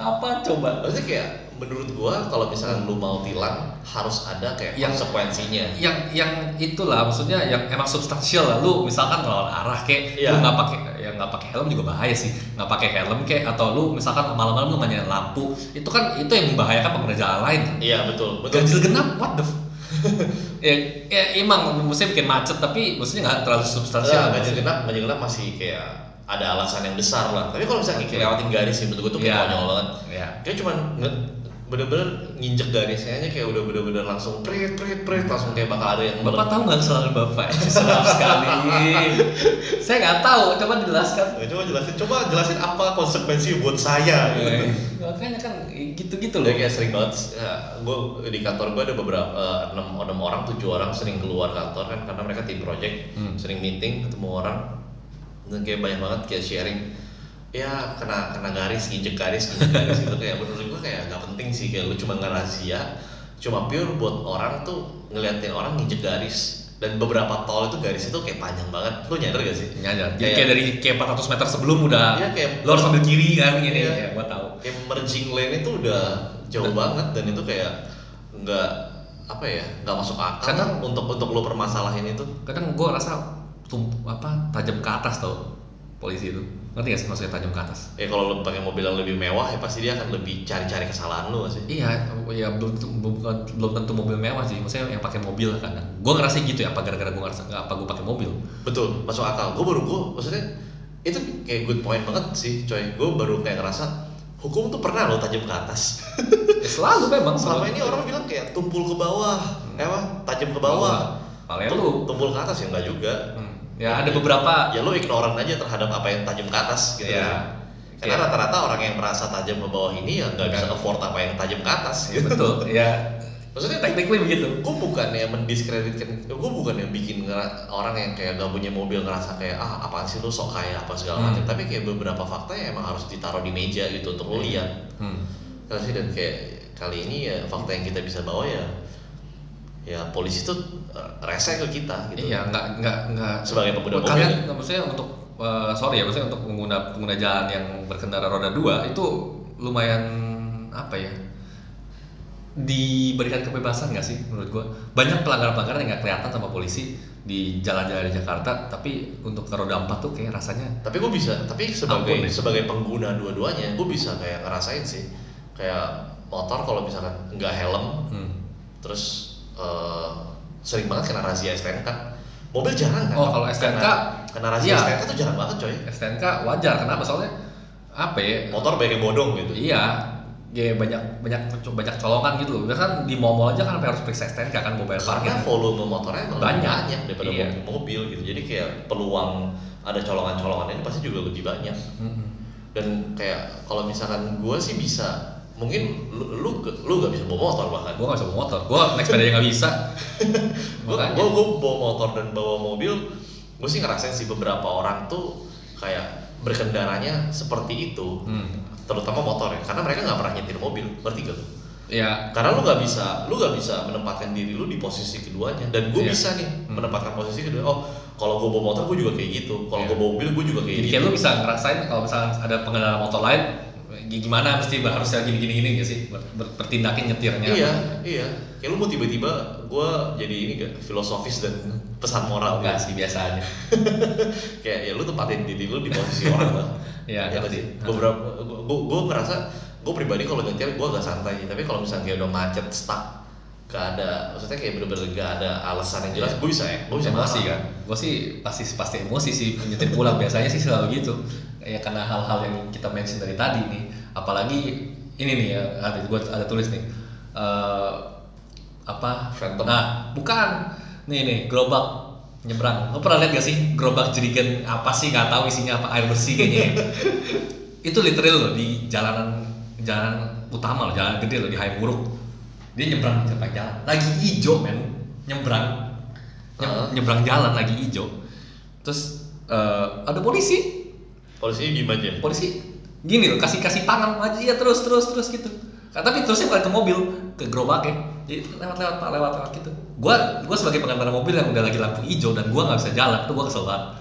Speaker 2: apa coba
Speaker 1: Maksudnya kayak menurut gua kalau misalkan lu mau tilang harus ada kayak
Speaker 2: Yang-
Speaker 1: konsekuensinya.
Speaker 2: yang yang itulah maksudnya yang emang substansial lah lu misalkan lawan arah kayak
Speaker 1: Iya.
Speaker 2: lu nggak pakai ya nggak pakai helm juga bahaya sih nggak pakai helm kayak atau lu misalkan malam-malam lu nyalain lampu itu kan itu yang membahayakan pengguna jalan lain
Speaker 1: Iya betul. betul.
Speaker 2: ganjil genap what the f- ya, ya emang maksudnya bikin macet tapi maksudnya nggak terlalu substansial
Speaker 1: Nah, ganjil genap, ganjil genap masih kayak ada alasan yang besar lah. Tapi kalau misalnya kayak lewatin garis sih menurut gua tuh kayak
Speaker 2: Iya.
Speaker 1: konyol banget.
Speaker 2: ya
Speaker 1: Kayak cuman nge- bener-bener nginjek garisnya aja kayak udah bener-bener langsung pret pret pret langsung kayak bakal ada yang
Speaker 2: Bapak tahu nggak kesalahan bapak? Sedap sekali. Saya nggak tahu, coba dijelaskan.
Speaker 1: Ya, coba jelasin, coba jelasin apa konsekuensi buat saya. gitu.
Speaker 2: Makanya kan gitu-gitu
Speaker 1: Udah
Speaker 2: loh.
Speaker 1: kayak sering banget, ya, gue di kantor gue ada beberapa eh, enam enam orang tujuh orang sering keluar kantor kan karena mereka tim project,
Speaker 2: Hmm.
Speaker 1: sering meeting ketemu orang, dan kayak banyak banget kayak sharing, ya kena kena garis, nginjek garis, nginjek garis gitu kayak menurut gue kayak gak penting sih kayak lu cuma ngerazia, cuma pure buat orang tuh ngeliatin orang nginjek garis dan beberapa tol itu garis itu kayak panjang banget, lu nyadar gak sih?
Speaker 2: Nyadar. Jadi Ya, kayak dari kayak 400 meter sebelum udah
Speaker 1: Iya, Ya, kayak-
Speaker 2: lo harus ambil kiri kan gini.
Speaker 1: Iya.
Speaker 2: Ya, gua tahu.
Speaker 1: kayak merging lane itu udah jauh banget dan itu kayak nggak apa ya nggak masuk akal
Speaker 2: Karena-
Speaker 1: untuk untuk lo permasalahin itu
Speaker 2: Kadang gua rasa tum, apa tajam ke atas tau polisi itu. Ngerti gak sih maksudnya tajam ke atas?
Speaker 1: ya kalau lo pakai mobil yang lebih mewah ya pasti dia akan lebih cari-cari kesalahan lo sih
Speaker 2: Iya, ya belum tentu- bukan belum tentu mobil mewah sih. Maksudnya yang pakai mobil lah kadang. Gua ngerasa gitu ya, apa gara-gara gua ngerasa apa gua pakai mobil.
Speaker 1: betul masuk akal gue baru gue maksudnya itu kayak good point banget sih coy gue baru kayak ngerasa hukum tuh pernah lo tajam ke atas
Speaker 2: Ya, selalu memang
Speaker 1: selama
Speaker 2: selalu.
Speaker 1: ini orang bilang kayak tumpul ke bawah emang tajam ke bawah
Speaker 2: Paling lu.
Speaker 1: tumpul ke atas ya enggak juga
Speaker 2: Ya ada beberapa.
Speaker 1: ya lu ignoran aja terhadap apa yang tajam ke atas gitu
Speaker 2: Ya.
Speaker 1: karena
Speaker 2: Kayak-
Speaker 1: rata-rata orang yang merasa tajam ke bawah ini ya nggak bisa afford apa yang tajam ke atas gitu.
Speaker 2: Betul. Ya.
Speaker 1: maksudnya
Speaker 2: Technically begitu.
Speaker 1: gue bukan yang mendiskreditkan gue bukan yang bikin ngera- orang yang kayak gak punya mobil ngerasa kayak ah apaan sih lu sok kaya apa segala
Speaker 2: Hmm.
Speaker 1: macam tapi kayak beberapa fakta ya emang harus ditaruh di meja gitu untuk lu lihat
Speaker 2: Hmm.
Speaker 1: Terus sih dan kayak kali ini ya fakta yang kita bisa bawa ya ya polisi tuh eh, rese ke kita gitu
Speaker 2: Iya, nggak nggak nggak.
Speaker 1: sebagai pengguna mobil
Speaker 2: Kalian maksudnya untuk eh, sorry ya, maksudnya untuk pengguna pengguna jalan yang berkendara roda dua itu lumayan apa ya? diberikan kebebasan nggak sih menurut gua banyak pelanggaran-pelanggaran yang nggak kelihatan sama polisi di jalan-jalan di Jakarta tapi untuk ke roda empat tuh kayak rasanya
Speaker 1: tapi gue bisa tapi sebagai
Speaker 2: Ampun deh.
Speaker 1: sebagai pengguna dua-duanya gue bisa kayak ngerasain sih kayak motor kalau misalkan nggak helm
Speaker 2: hmm.
Speaker 1: terus eh, sering banget kena razia STNK mobil jarang kan
Speaker 2: Oh, kalau STNK,
Speaker 1: kena, kena razia
Speaker 2: iya.
Speaker 1: STNK tuh jarang banget coy
Speaker 2: STNK wajar kenapa soalnya apa ya
Speaker 1: motor banyak yang bodong gitu
Speaker 2: Iya, ya banyak banyak banyak colongan gitu loh. Bahkan di mall aja kan sampai harus periksa STNK kan mau bayar parkir.
Speaker 1: karena volume motornya emang lebih
Speaker 2: Banyak.
Speaker 1: banyak daripada
Speaker 2: Iya.
Speaker 1: mobil, mobil gitu jadi kayak peluang ada colongan-colongan ini pasti juga lebih banyak
Speaker 2: Mm-mm.
Speaker 1: dan kayak kalau misalkan gue sih bisa mungkin lu lu lu gak bisa bawa motor bahkan
Speaker 2: Gua nggak bisa bawa motor, gua naik sepeda aja nggak bisa.
Speaker 1: gue
Speaker 2: Makanya.
Speaker 1: gue bawa motor dan bawa mobil gue sih ngerasain sih beberapa orang tuh kayak berkendaranya seperti itu
Speaker 2: Hmm.
Speaker 1: terutama motor ya karena mereka nggak pernah nyetir mobil berarti gak
Speaker 2: Ya,
Speaker 1: karena lu nggak bisa lu nggak bisa menempatkan diri lu di posisi keduanya dan gue
Speaker 2: Iya.
Speaker 1: bisa nih
Speaker 2: Hmm.
Speaker 1: menempatkan posisi kedua oh kalau gue bawa motor gue juga kayak gitu kalau
Speaker 2: Iya.
Speaker 1: gue bawa mobil gue juga kayak
Speaker 2: jadi
Speaker 1: gitu
Speaker 2: kayak lu bisa ngerasain kalau misalnya ada pengendara motor lain gimana mesti harusnya gini gini gini nggak sih Ber- ber- bertindakin nyetirnya
Speaker 1: iya iya kayak lu mau tiba-tiba gue jadi ini gak filosofis dan
Speaker 2: Hmm.
Speaker 1: pesan moral
Speaker 2: enggak
Speaker 1: gitu.
Speaker 2: sih biasa aja
Speaker 1: kayak ya lu tempatin diri lu di posisi orang lah
Speaker 2: Iya,
Speaker 1: ya pasti
Speaker 2: ngerti.
Speaker 1: beberapa gua gua ngerasa gua pribadi kalau gantian gua agak santai sih tapi kalau misalnya kayak udah macet stuck gak ada maksudnya kayak bener-bener gak ada alasan yang jelas gua bisa ya gua bisa
Speaker 2: emosi
Speaker 1: marah.
Speaker 2: Iya. kan gue sih pasti pasti emosi sih nyetir pulang biasanya sih selalu gitu ya karena hal-hal yang kita mention dari tadi nih apalagi ini nih ya ada gue ada tulis nih Eh, apa
Speaker 1: Phantom.
Speaker 2: nah bukan nih nih gerobak nyebrang lo pernah lihat gak sih gerobak jerigen apa sih nggak tahu isinya apa air bersih kayaknya ya. itu literal loh di jalanan jalan utama loh jalan gede loh di Hayamuruk dia nyebrang nyebrang jalan lagi hijau men nyebrang Nye-
Speaker 1: Heeh.
Speaker 2: nyebrang jalan lagi hijau terus eh, ada polisi
Speaker 1: polisinya diem aja
Speaker 2: polisi gini loh kasih kasih tangan aja ya terus terus terus gitu Nah, tapi terusnya bukan ke mobil ke gerobak ya jadi lewat lewat pak lewat lewat gitu gua gua sebagai pengendara mobil yang udah lagi lampu hijau dan gua nggak bisa jalan tuh gua kesel banget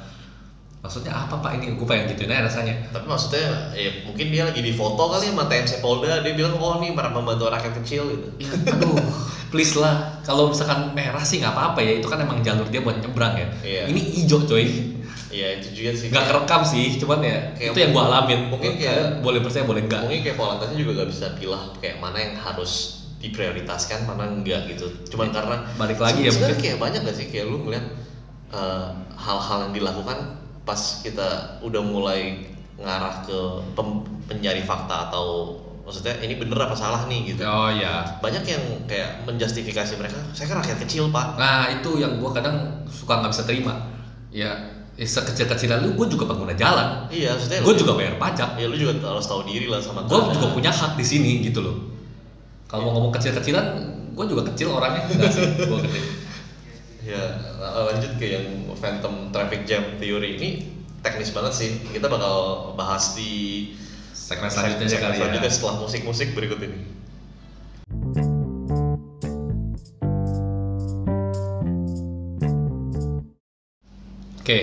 Speaker 2: maksudnya apa pak ini gue pengen gituin aja rasanya
Speaker 1: Tapi maksudnya ya mungkin dia lagi difoto kali sama TNC Polda, dia bilang oh nih pernah membantu rakyat kecil gitu.
Speaker 2: aduh please lah kalau misalkan merah sih nggak apa-apa ya itu kan emang jalur dia buat nyebrang ya
Speaker 1: Iya.
Speaker 2: ini hijau coy
Speaker 1: Iya itu juga sih.
Speaker 2: nggak kerekam sih cuman ya
Speaker 1: Kayak
Speaker 2: itu yang gua alamin
Speaker 1: mungkin kayak-
Speaker 2: Kalian boleh percaya boleh enggak
Speaker 1: Mungkin kayak volantasnya juga gak bisa pilah kayak mana yang harus diprioritaskan, mana enggak gitu. Cuman karena
Speaker 2: Iya. balik lagi ya
Speaker 1: sebenarnya
Speaker 2: mungkin
Speaker 1: kayak banyak gak sih kayak lu ngeliat eh, hal-hal yang dilakukan pas kita udah mulai ngarah ke pem- pencari fakta atau maksudnya ini bener apa salah nih gitu.
Speaker 2: oh ya
Speaker 1: Banyak yang kayak menjustifikasi mereka, saya kan rakyat kecil pak.
Speaker 2: Nah itu yang gue kadang suka nggak bisa terima. Ya eh, sekecil-kecilan lu, gue juga pengguna jalan,
Speaker 1: Iya maksudnya.
Speaker 2: gue
Speaker 1: lu-
Speaker 2: juga bayar pajak,
Speaker 1: Ya lu juga harus tahu diri lah sama
Speaker 2: gue
Speaker 1: keadaan.
Speaker 2: juga punya hak di sini gitu loh. Kalau mau ngomong kecil-kecilan, gue juga kecil orangnya. Nggak sih, gua kecil.
Speaker 1: Ya lanjut ke yang phantom traffic jam theory ini teknis banget sih. Kita bakal bahas di
Speaker 2: Segmen selanjutnya aja
Speaker 1: segmen
Speaker 2: kali ya.
Speaker 1: selanjutnya setelah musik-musik berikut ini.
Speaker 2: Oke,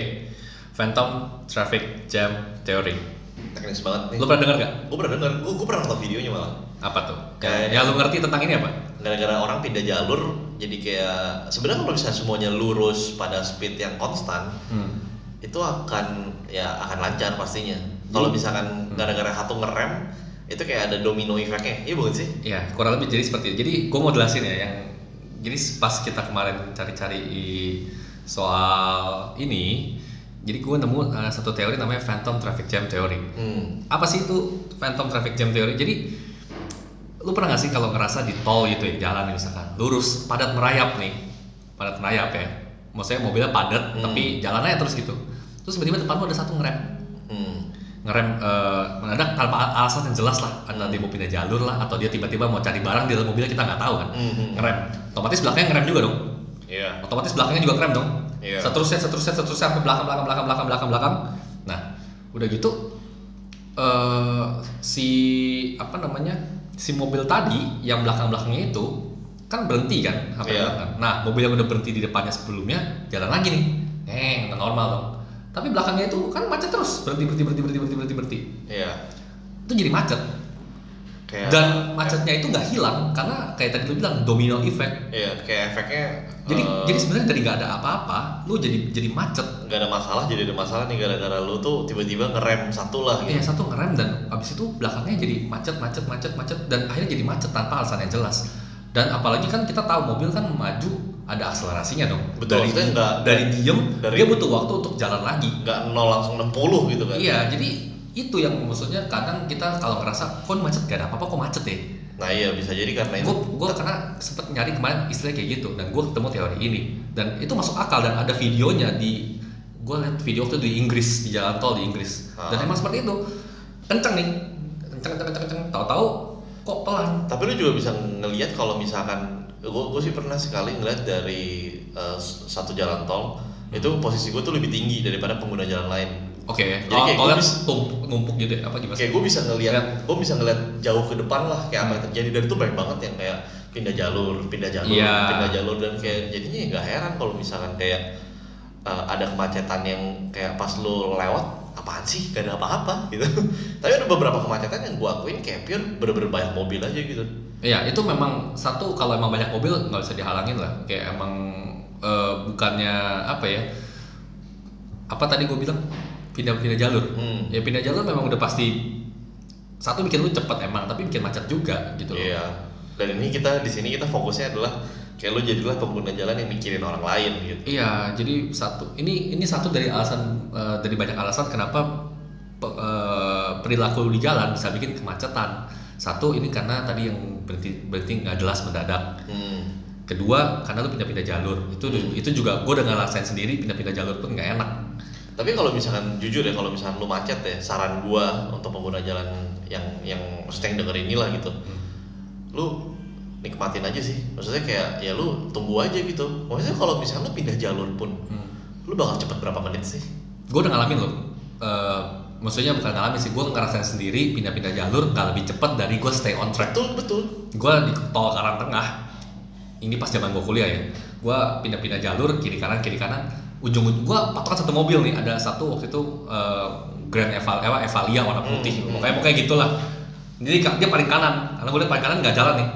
Speaker 2: Phantom Traffic Jam Theory.
Speaker 1: Teknis banget nih.
Speaker 2: Lu pernah dengar nggak?
Speaker 1: Gue pernah denger, gue, pernah nonton videonya malah.
Speaker 2: Apa tuh?
Speaker 1: Kayak-
Speaker 2: Ya lu ngerti tentang ini apa?
Speaker 1: Gara-gara orang pindah jalur, jadi kayak sebenarnya kalau bisa semuanya lurus pada speed yang konstan,
Speaker 2: Hmm.
Speaker 1: itu akan ya akan lancar pastinya. Kalau
Speaker 2: Hmm.
Speaker 1: misalkan gara-gara satu ngerem, itu kayak ada domino effect-nya. Iya bukan sih?
Speaker 2: Ya kurang lebih jadi seperti itu. Jadi gue mau jelasin ya yang jadi pas kita kemarin cari-cari soal ini, jadi gue nemu eh, satu teori namanya Phantom Traffic Jam Theory.
Speaker 1: Hmm.
Speaker 2: Apa sih itu Phantom Traffic Jam Theory? Jadi lu pernah nggak sih kalau ngerasa di tol gitu ya jalan misalkan lurus padat merayap nih padat merayap ya maksudnya mobilnya
Speaker 1: Hmm.
Speaker 2: padat tapi jalannya terus gitu terus tiba-tiba depan lu ada satu ngerem
Speaker 1: Hmm.
Speaker 2: ngerem eh, mendadak tanpa alasan yang jelas lah entah dia mau pindah jalur lah atau dia tiba-tiba mau cari barang di dalam mobilnya kita nggak tahu kan
Speaker 1: Mhm.
Speaker 2: ngerem otomatis belakangnya ngerem juga dong
Speaker 1: Iya.
Speaker 2: otomatis belakangnya juga ngerem dong
Speaker 1: Iya.
Speaker 2: seterusnya seterusnya seterusnya sampai belakang belakang belakang belakang belakang belakang nah udah gitu eh si apa namanya si mobil tadi yang belakang belakangnya itu kan berhenti kan sampai
Speaker 1: Iya.
Speaker 2: belakang. nah mobil yang udah berhenti di depannya sebelumnya jalan lagi nih neng udah normal dong tapi belakangnya itu kan macet terus berhenti berhenti berhenti berhenti berhenti berhenti berhenti
Speaker 1: Iya.
Speaker 2: itu jadi macet
Speaker 1: Kayak
Speaker 2: dan macetnya itu nggak hilang karena kayak tadi lu bilang domino effect
Speaker 1: Iya, kayak efeknya
Speaker 2: jadi
Speaker 1: eh,
Speaker 2: jadi sebenarnya dari nggak ada apa-apa lu jadi jadi macet
Speaker 1: nggak ada masalah jadi ada masalah nih gara-gara lu tuh tiba-tiba ngerem satu lah gitu.
Speaker 2: Iya satu ngerem dan abis itu belakangnya jadi macet macet macet macet dan akhirnya jadi macet tanpa alasan yang jelas dan apalagi kan kita tahu mobil kan maju ada akselerasinya dong
Speaker 1: Betul,
Speaker 2: dari
Speaker 1: maksudnya nggak-
Speaker 2: dari diem
Speaker 1: dari-
Speaker 2: dia butuh waktu untuk jalan lagi
Speaker 1: Nggak nol langsung 60 gitu kan.
Speaker 2: iya jadi itu yang maksudnya kadang kita kalau ngerasa kok ini macet gak ada apa-apa kok macet ya
Speaker 1: Nah iya bisa jadi karena itu.
Speaker 2: gue gue karena sempet nyari kemarin istilah kayak gitu dan gue ketemu teori ini dan itu masuk akal dan ada videonya di gue lihat video waktu itu di Inggris di jalan tol di Inggris dan
Speaker 1: Ah.
Speaker 2: emang seperti itu kenceng nih kenceng kenceng kenceng kenceng tahu-tahu kok pelan
Speaker 1: Tapi lu juga bisa ngelihat kalau misalkan gua, gua sih pernah sekali ngeliat dari eh, s- satu jalan tol itu posisi gua tuh lebih tinggi daripada pengguna jalan lain.
Speaker 2: oke
Speaker 1: Jadi
Speaker 2: tol
Speaker 1: kayak
Speaker 2: tolnya
Speaker 1: gua
Speaker 2: tum- numpuk gitu ya, apa gimana
Speaker 1: Kayak gua bisa ngelihat, gua bisa ngelihat jauh ke depan lah kayak apa yang terjadi dan itu banyak banget yang kayak pindah jalur, pindah jalur,
Speaker 2: Iya.
Speaker 1: pindah jalur dan kayak jadinya ya nggak heran kalau misalkan kayak eh, ada kemacetan yang kayak pas lu lewat apaan sih gak ada apa-apa gitu tapi ada beberapa kemacetan yang gua akuin kayak pure bener-bener banyak mobil aja gitu
Speaker 2: Iya, itu memang satu kalau emang banyak mobil nggak bisa dihalangin lah. Kayak emang eh, bukannya apa ya? Apa tadi gue bilang pindah-pindah jalur.
Speaker 1: Hmm.
Speaker 2: Ya pindah jalur memang udah pasti satu bikin lu cepet emang, tapi bikin macet juga gitu loh.
Speaker 1: Iya. Dan ini kita di sini kita fokusnya adalah kayak lu jadilah pengguna jalan yang mikirin orang lain gitu.
Speaker 2: Iya, jadi satu ini ini satu dari alasan eh, dari banyak alasan kenapa pe- eh, perilaku lu di jalan bisa bikin kemacetan. Satu ini karena tadi yang berhenti berhenti nggak jelas mendadak.
Speaker 1: Hmm.
Speaker 2: kedua karena lu pindah-pindah jalur itu itu juga gue udah ngerasain sendiri pindah-pindah jalur pun nggak enak
Speaker 1: Tapi kalau misalkan jujur ya kalau misalkan lu macet ya, saran gua untuk pengguna jalan yang yang maksudnya yang denger inilah gitu.
Speaker 2: Hmm.
Speaker 1: Lu nikmatin aja sih. Maksudnya kayak ya lu tunggu aja gitu. Maksudnya kalau misalkan lu pindah jalur pun
Speaker 2: Hmm.
Speaker 1: lu bakal cepet berapa menit sih?
Speaker 2: gue udah ngalamin loh Eh, maksudnya bukan ngalamin sih gue ngerasain sendiri pindah-pindah jalur nggak lebih cepat dari gue stay on track
Speaker 1: Betul, betul.
Speaker 2: gue di tol Karang Tengah ini pas zaman gue kuliah ya gue pindah-pindah jalur kiri kanan kiri kanan ujung gue patokan satu mobil nih ada satu waktu itu eh, Grand Eval eh, apa, Evalia warna
Speaker 1: Hmm.
Speaker 2: putih pokoknya pokoknya gitulah jadi ka- dia paling kanan karena gue liat paling kanan nggak jalan nih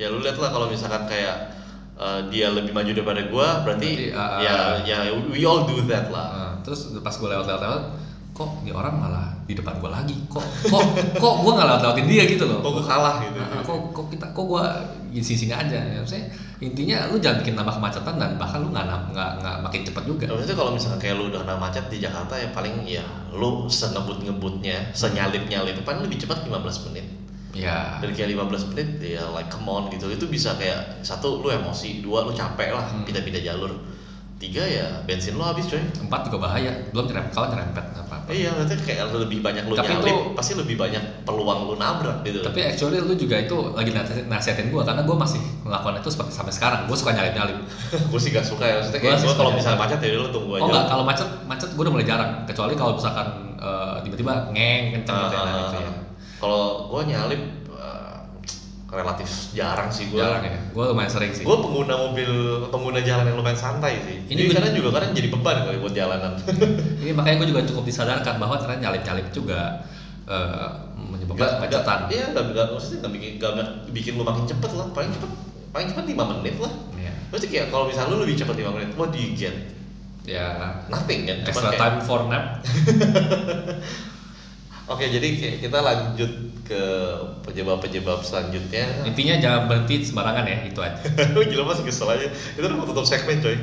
Speaker 1: ya lu lihat lah kalau misalkan kayak eh, dia lebih maju daripada gua berarti,
Speaker 2: Berarti, ah,
Speaker 1: ya ya we all do that lah
Speaker 2: Nah, terus pas gue lewat-lewat kok ini orang malah di depan gue lagi kok kok kok gue nggak lewat-lewatin dia gitu loh
Speaker 1: kok gua kalah gitu
Speaker 2: Nah, kok kok kita kok gue sini aja ya maksudnya intinya lu jangan bikin tambah kemacetan dan bahkan lu nggak nam- nggak nggak makin cepet juga
Speaker 1: Ya, maksudnya kalau misalkan kayak lu udah kena macet di Jakarta ya paling ya lu sengebut-ngebutnya, senyalip-nyalip paling lebih cepat 15 menit.
Speaker 2: ya
Speaker 1: Dari kayak 15 menit ya like come on gitu. Itu bisa kayak satu lu emosi, dua lu capek lah
Speaker 2: Hmm.
Speaker 1: pindah-pindah jalur. Tiga ya bensin lu habis coy.
Speaker 2: empat juga bahaya belum nyerempet kalau nyerempet apa apa
Speaker 1: Iya, maksudnya kayak lebih banyak lu
Speaker 2: Tapi
Speaker 1: nyalip,
Speaker 2: itu-
Speaker 1: pasti lebih banyak peluang lu nabrak gitu.
Speaker 2: tapi actually lu juga itu lagi nasi- nasihatin gue karena gue masih melakukan itu seperti sampai sekarang gue suka nyalip nyalip
Speaker 1: gue sih gak suka ya, maksudnya
Speaker 2: Gua
Speaker 1: kayak
Speaker 2: sih
Speaker 1: gua kalau
Speaker 2: suka.
Speaker 1: misalnya macet ya udah lu tunggu
Speaker 2: oh
Speaker 1: aja.
Speaker 2: enggak kalau macet macet gue udah mulai jarang kecuali kalau misalkan eh, tiba-tiba ngeng kenceng
Speaker 1: Ah,
Speaker 2: gitu ya,
Speaker 1: ah,
Speaker 2: gitu
Speaker 1: ah.
Speaker 2: ya.
Speaker 1: Kalau gua nyalip eh, relatif jarang sih gua.
Speaker 2: jarang ya gue lumayan sering sih
Speaker 1: gue pengguna mobil pengguna jalan yang lumayan santai sih
Speaker 2: Ini
Speaker 1: ini
Speaker 2: bener-
Speaker 1: kadang juga kadang jadi beban kali buat jalanan
Speaker 2: ini makanya gue juga cukup disadarkan bahwa ternyata nyalip nyalip juga eh, menyebabkan kemacetan
Speaker 1: nggak- iya nggak nggak maksudnya nggak bikin nggak nggak bikin lu makin cepet lah paling cepet paling cepet lima menit lah
Speaker 2: Iya.
Speaker 1: Maksudnya kayak kalau misalnya lu lebih cepet lima menit what do you get
Speaker 2: ya
Speaker 1: nothing kan Cuman
Speaker 2: extra
Speaker 1: kayak-
Speaker 2: time for
Speaker 1: Iya.
Speaker 2: nap
Speaker 1: oke jadi kayak kita lanjut ke penyebab-penyebab selanjutnya
Speaker 2: intinya jangan berhenti sembarangan ya itu aja
Speaker 1: gila masih kesel aja itu udah mau tutup segmen coy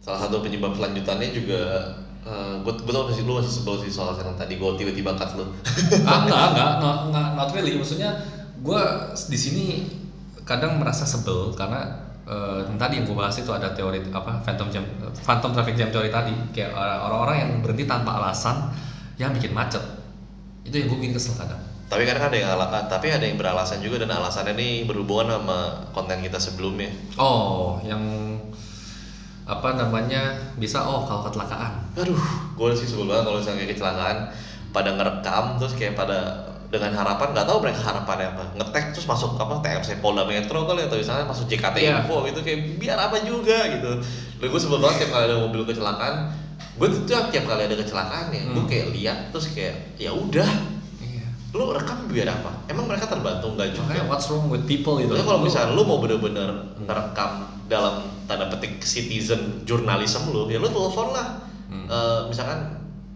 Speaker 1: salah satu penyebab lanjutannya juga gue gue tau masih lu masih sebel sih soal yang tadi gue tiba-tiba cut lu
Speaker 2: ah, enggak enggak not, enggak not really maksudnya gue di sini kadang merasa sebel karena eh, yang tadi yang gue bahas itu ada teori apa phantom jam phantom traffic jam teori tadi kayak orang- orang-orang yang berhenti tanpa alasan yang bikin macet itu yang gue bikin kesel kadang
Speaker 1: tapi kadang ada yang ala- tapi ada yang beralasan juga dan alasannya nih berhubungan sama konten kita sebelumnya
Speaker 2: oh yang apa namanya bisa oh kalau kecelakaan
Speaker 1: aduh gue sih sebel banget kalau misalnya kayak kecelakaan pada ngerekam terus kayak pada dengan harapan nggak tahu mereka harapannya apa ngetek terus masuk apa TMC Polda Metro kali atau misalnya masuk JKT
Speaker 2: Iya.
Speaker 1: Info gitu kayak biar apa juga gitu dan gue sebel banget tiap kali ada mobil kecelakaan gue tuh tiap, tiap kali ada kecelakaan ya gue
Speaker 2: Hmm.
Speaker 1: kayak lihat terus kayak ya udah
Speaker 2: iya
Speaker 1: lu rekam biar apa emang mereka terbantu nggak juga ya?
Speaker 2: makanya what's wrong with people itu
Speaker 1: Gitu. Tapi kalau misalnya lu mau bener-bener ngerekam dalam tanda petik citizen jurnalisme lu, ya lu telepon lah.
Speaker 2: Hmm.
Speaker 1: Eh, misalkan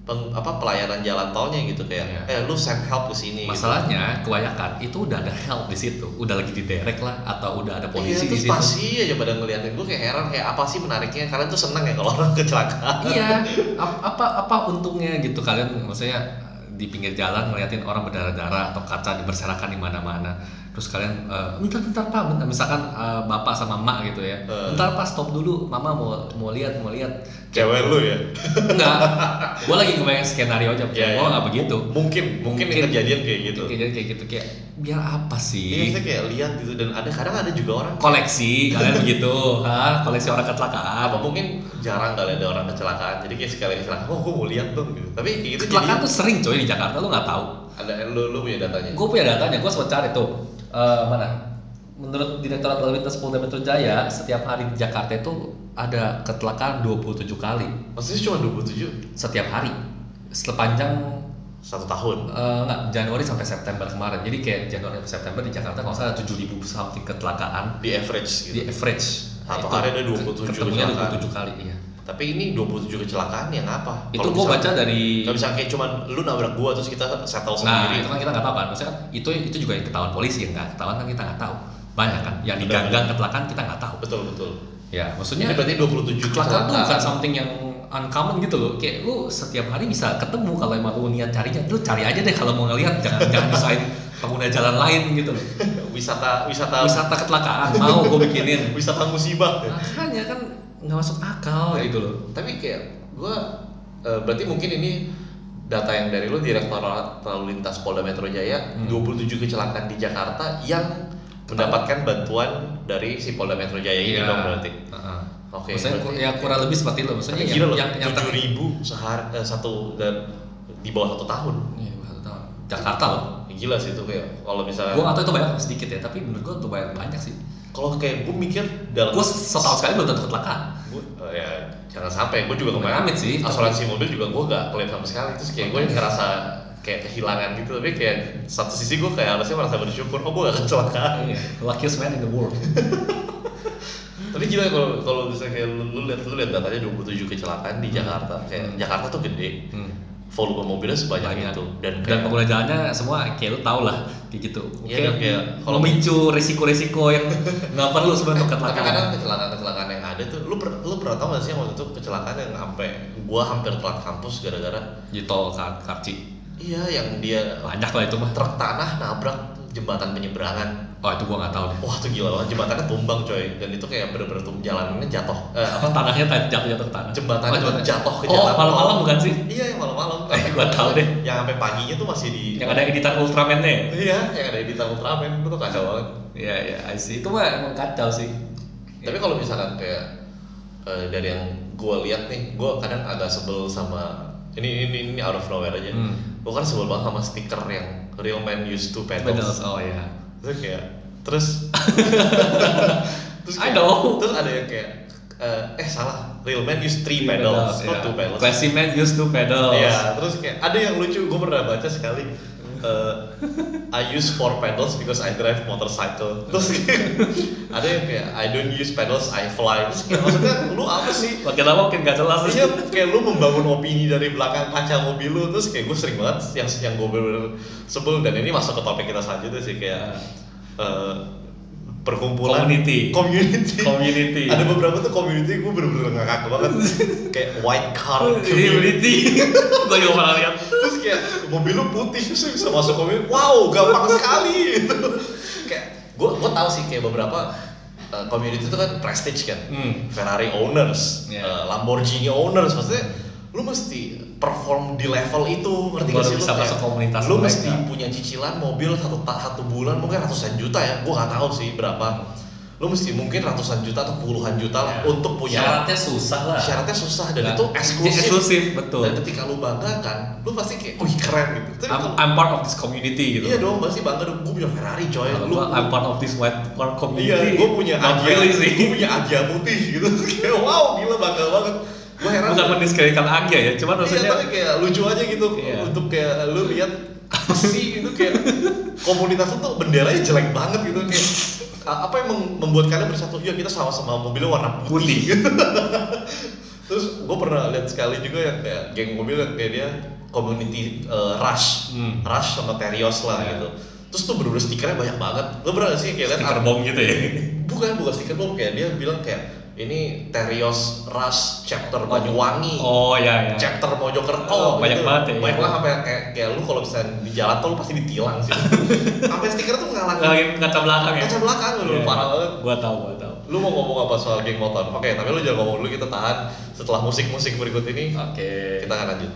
Speaker 1: peng- apa pelayanan jalan tolnya gitu kayak,
Speaker 2: Iya.
Speaker 1: eh lu send help ke sini. gitu.
Speaker 2: masalahnya kebanyakan itu udah ada help di situ udah lagi diderek lah atau udah ada
Speaker 1: Gitu.
Speaker 2: polisi
Speaker 1: iya,
Speaker 2: di
Speaker 1: terus
Speaker 2: situ
Speaker 1: pasti aja pada ngeliatin gue kayak heran kayak apa sih menariknya kalian tuh seneng ya kalau orang kecelakaan
Speaker 2: iya ap- apa apa untungnya gitu kalian maksudnya di pinggir jalan ngeliatin orang berdarah-darah atau kaca diberserakan di mana-mana terus kalian eh, bentar bentar pak bentar." misalkan eh, bapak sama emak gitu ya
Speaker 1: Eh.
Speaker 2: bentar pak stop dulu mama mau mau lihat mau lihat
Speaker 1: cewek lu ya
Speaker 2: enggak gua lagi ngebayang skenario aja
Speaker 1: Iya, iya.
Speaker 2: gua nggak begitu
Speaker 1: mungkin mungkin,
Speaker 2: Mungkin.
Speaker 1: kejadian kayak gitu
Speaker 2: kejadian kayak gitu kayak biar apa
Speaker 1: iya
Speaker 2: sih
Speaker 1: kita kayak lihat gitu dan ada kadang ada juga orang
Speaker 2: koleksi kalian begitu Hah? koleksi orang kecelakaan
Speaker 1: apa mungkin jarang kali ada orang kecelakaan jadi kayak sekali kecelakaan oh gue mau lihat dong gitu tapi kayak gitu
Speaker 2: kecelakaan tuh sering coy di Jakarta lu nggak tahu
Speaker 1: jadi ada lu lu punya datanya
Speaker 2: gue punya datanya gue sempat cari tuh Eh, mana menurut Direktorat Lalu Lintas Polda Metro Jaya setiap hari di Jakarta itu ada kecelakaan 27 kali
Speaker 1: Maksudnya cuma 27
Speaker 2: setiap hari sepanjang
Speaker 1: satu tahun.
Speaker 2: eh, nggak Januari sampai September kemarin jadi kayak Januari sampai September di Jakarta kalau nggak salah 7000 something kecelakaan
Speaker 1: Di average gitu.
Speaker 2: di average
Speaker 1: Satu
Speaker 2: Itu
Speaker 1: hari ada 27
Speaker 2: ketemunya
Speaker 1: kecelakaan.
Speaker 2: 27 kali iya
Speaker 1: Tapi ini 27 kecelakaan ya yang apa?
Speaker 2: itu gue baca dari
Speaker 1: Gak bisa kayak cuman lu nabrak gua terus kita settle
Speaker 2: Nah,
Speaker 1: sendiri.
Speaker 2: itu kan kita nggak tahu kan. Maksudnya kan itu itu juga yang ketahuan polisi yang nggak ketahuan kan kita nggak tahu. Banyak kan yang
Speaker 1: Betul.
Speaker 2: diganggang kecelakaan kita nggak tahu.
Speaker 1: Betul betul.
Speaker 2: Ya, maksudnya
Speaker 1: Ini berarti 27
Speaker 2: kecelakaan tuh bukan something yang uncommon gitu loh. Kayak lu setiap hari bisa ketemu kalau emang lu niat carinya, lu cari aja deh kalau mau ngelihat jangan jangan desain pengguna jalan lain gitu loh.
Speaker 1: wisata wisata
Speaker 2: Wisata kecelakaan mau gue bikinin.
Speaker 1: wisata musibah.
Speaker 2: Makanya kan nggak masuk akal gitu loh.
Speaker 1: Tapi kayak gua eh, berarti mungkin ini data yang dari lu Direktorat Lalu Lintas Polda Metro Jaya
Speaker 2: Hmm.
Speaker 1: 27 kecelakaan di Jakarta yang mendapatkan bantuan dari si Polda Metro Jaya Ya, ini
Speaker 2: Iya.
Speaker 1: dong berarti.
Speaker 2: Heeh.
Speaker 1: Oke.
Speaker 2: maksudnya
Speaker 1: berarti-
Speaker 2: ya kurang lebih seperti lo. Maksudnya
Speaker 1: Tapi
Speaker 2: yang,
Speaker 1: gila loh,
Speaker 2: yang, yang ter-
Speaker 1: ribu sehari eh, satu dan di bawah satu tahun.
Speaker 2: Iya, baru tahu. Jakarta loh.
Speaker 1: gila sih itu kayak kalau misalnya
Speaker 2: Gue gak tau itu banyak apa sedikit ya, tapi menurut gue itu banyak banyak sih.
Speaker 1: kalau kayak gue mikir dalam
Speaker 2: Gue setahun sekali belum tentu kecelakaan.
Speaker 1: Gua- eh, ya jangan sampai gue juga
Speaker 2: Amin
Speaker 1: kemarin
Speaker 2: sih, tapi-
Speaker 1: asuransi mobil juga gue gak klaim sama sekali terus kayak gue ngerasa kayak kehilangan gitu tapi kayak satu sisi gue kayak harusnya merasa bersyukur oh gue gak kecelakaan
Speaker 2: Luckiest man in the world.
Speaker 1: tapi gila kalau kalau bisa kayak lu, lu lihat lu lihat datanya 27 kecelakaan di Jakarta kayak Jakarta tuh gede
Speaker 2: Hmm.
Speaker 1: volume mobilnya sebanyak
Speaker 2: Banyak.
Speaker 1: itu dan
Speaker 2: Dan
Speaker 1: kayak
Speaker 2: pengguna jalannya semua kayak lu tau lah, kayak gitu.
Speaker 1: Iya, dan kayak
Speaker 2: kalau memicu risiko-risiko yang nggak perlu sebenarnya untuk
Speaker 1: tapi
Speaker 2: kecelakaan.
Speaker 1: kadang kecelakaan-kecelakaan yang ada tuh lu per- lu pernah tau gak sih yang waktu itu kecelakaan yang sampai gua hampir telat kampus gara-gara
Speaker 2: Di tol Kar- Karci.
Speaker 1: iya yang dia
Speaker 2: Banyak lah itu mah.
Speaker 1: truk tanah nabrak jembatan penyeberangan
Speaker 2: Oh itu gua nggak tahu deh.
Speaker 1: wah tuh gila banget jembatannya tumbang coy dan itu kayak bener-bener tuh jalannya jatuh eh, apa
Speaker 2: Apa tanahnya tadi jatuh-jatuh ke tanah?
Speaker 1: jembatannya
Speaker 2: Oh,
Speaker 1: tuh jatuh ke
Speaker 2: Oh,
Speaker 1: jalan
Speaker 2: malam-malam bukan sih?
Speaker 1: iya yang malam-malam
Speaker 2: Eh, gua tahu deh.
Speaker 1: yang sampai paginya tuh masih di
Speaker 2: Yang ada editan Ultraman-nya ya?
Speaker 1: iya yang ada di tangan Ultraman itu tuh kacau banget
Speaker 2: Iya, iya, I see. Itu mah emang kacau sih.
Speaker 1: Iya. tapi kalau misalkan kayak eh, dari yang gue lihat nih gue kadang agak sebel sama ini ini ini out of nowhere aja
Speaker 2: Hmm.
Speaker 1: gue kan sebel banget sama stiker yang real men used to pedals
Speaker 2: Pedals, oh ya.
Speaker 1: terus kayak terus terus
Speaker 2: I know.
Speaker 1: terus ada yang kayak eh, eh salah real men used three pedals not two pedals
Speaker 2: Classy man iya. used to pedals.
Speaker 1: Iya, terus kayak ada yang lucu, gue pernah baca sekali eh, I use four pedals because I drive motorcycle. Terus kayak, ada yang kayak I don't use pedals, I fly. Terus kayak maksudnya lu apa sih?
Speaker 2: Makin lama makin gak jelas
Speaker 1: Iya, kayak lu membangun opini dari belakang kaca mobil lu. Terus kayak gue sering banget yang yang gue bener-bener sebel dan ini masuk ke topik kita selanjutnya sih kayak eh, perkumpulan
Speaker 2: Community.
Speaker 1: community
Speaker 2: Community.
Speaker 1: ada beberapa tuh community gue bener-bener ngakak banget kayak white car community
Speaker 2: Iya, Community. Gue juga pernah lihat.
Speaker 1: terus kayak mobil lu putih terus lu bisa masuk mobil wow gampang sekali gitu kayak gue gue tahu sih kayak beberapa uh, community itu kan prestige kan
Speaker 2: Hmm.
Speaker 1: Ferrari owners
Speaker 2: Iya.
Speaker 1: uh, Lamborghini owners maksudnya lu mesti perform di level itu ngerti gak
Speaker 2: Baru
Speaker 1: sih lu
Speaker 2: bisa
Speaker 1: Kayak,
Speaker 2: masuk komunitas
Speaker 1: lu
Speaker 2: mereka.
Speaker 1: mesti punya cicilan mobil satu ta- satu bulan mungkin ratusan juta ya gue gak tahu sih berapa lu mesti mungkin ratusan juta atau puluhan juta lah untuk punya
Speaker 2: Syaratnya susah lah.
Speaker 1: syaratnya susah dan
Speaker 2: Nah,
Speaker 1: itu eksklusif
Speaker 2: eksklusif, betul.
Speaker 1: dan ketika lu bangga kan lu pasti kayak wih keren gitu tapi
Speaker 2: I'm,
Speaker 1: kalau
Speaker 2: I'm part of this community gitu.
Speaker 1: iya dong pasti bangga dong gue punya Ferrari coy
Speaker 2: Kalau
Speaker 1: lu
Speaker 2: gua, I'm part of this white
Speaker 1: iya
Speaker 2: car community.
Speaker 1: gue punya
Speaker 2: Not
Speaker 1: Agia
Speaker 2: really sih.
Speaker 1: gue punya Agia putih gitu kayak wow gila bangga banget gue heran
Speaker 2: Bukan mendiskreditkan Agia ya, cuman
Speaker 1: iya
Speaker 2: maksudnya
Speaker 1: tapi kayak lucu aja gitu
Speaker 2: Iya.
Speaker 1: untuk kayak lu lihat si itu kayak komunitas lu tuh benderanya jelek banget gitu kayak a- apa yang mem- membuat kalian bersatu ya kita sama-sama mobilnya warna
Speaker 2: Putih.
Speaker 1: putih, gitu. terus gue pernah lihat sekali juga yang kayak geng mobil yang kayak dia community eh, rush
Speaker 2: Hmm.
Speaker 1: rush sama terios lah
Speaker 2: Iya.
Speaker 1: gitu terus tuh bener-bener stikernya banyak banget lo pernah gak sih kayak lihat
Speaker 2: stiker bom gitu ya.
Speaker 1: bukan bukan stiker bom kayak dia bilang kayak ini terios rush chapter Banyuwangi
Speaker 2: Oh ya ya.
Speaker 1: chapter Mojokerto gitu.
Speaker 2: Oh, banyak banget ya,
Speaker 1: banyak
Speaker 2: iya.
Speaker 1: banget sampai kayak, kayak lu kalau misalnya di jalan tol lu pasti ditilang sih sampai stiker tuh ngalangin
Speaker 2: Lagi kaca belakang ya.
Speaker 1: kaca belakang lu
Speaker 2: Iya.
Speaker 1: parah banget
Speaker 2: Gua tahu, gua tahu.
Speaker 1: lu mau ngomong apa soal geng motor oke tapi lu jangan ngomong dulu kita tahan setelah musik musik berikut ini
Speaker 2: Oke.
Speaker 1: kita akan lanjut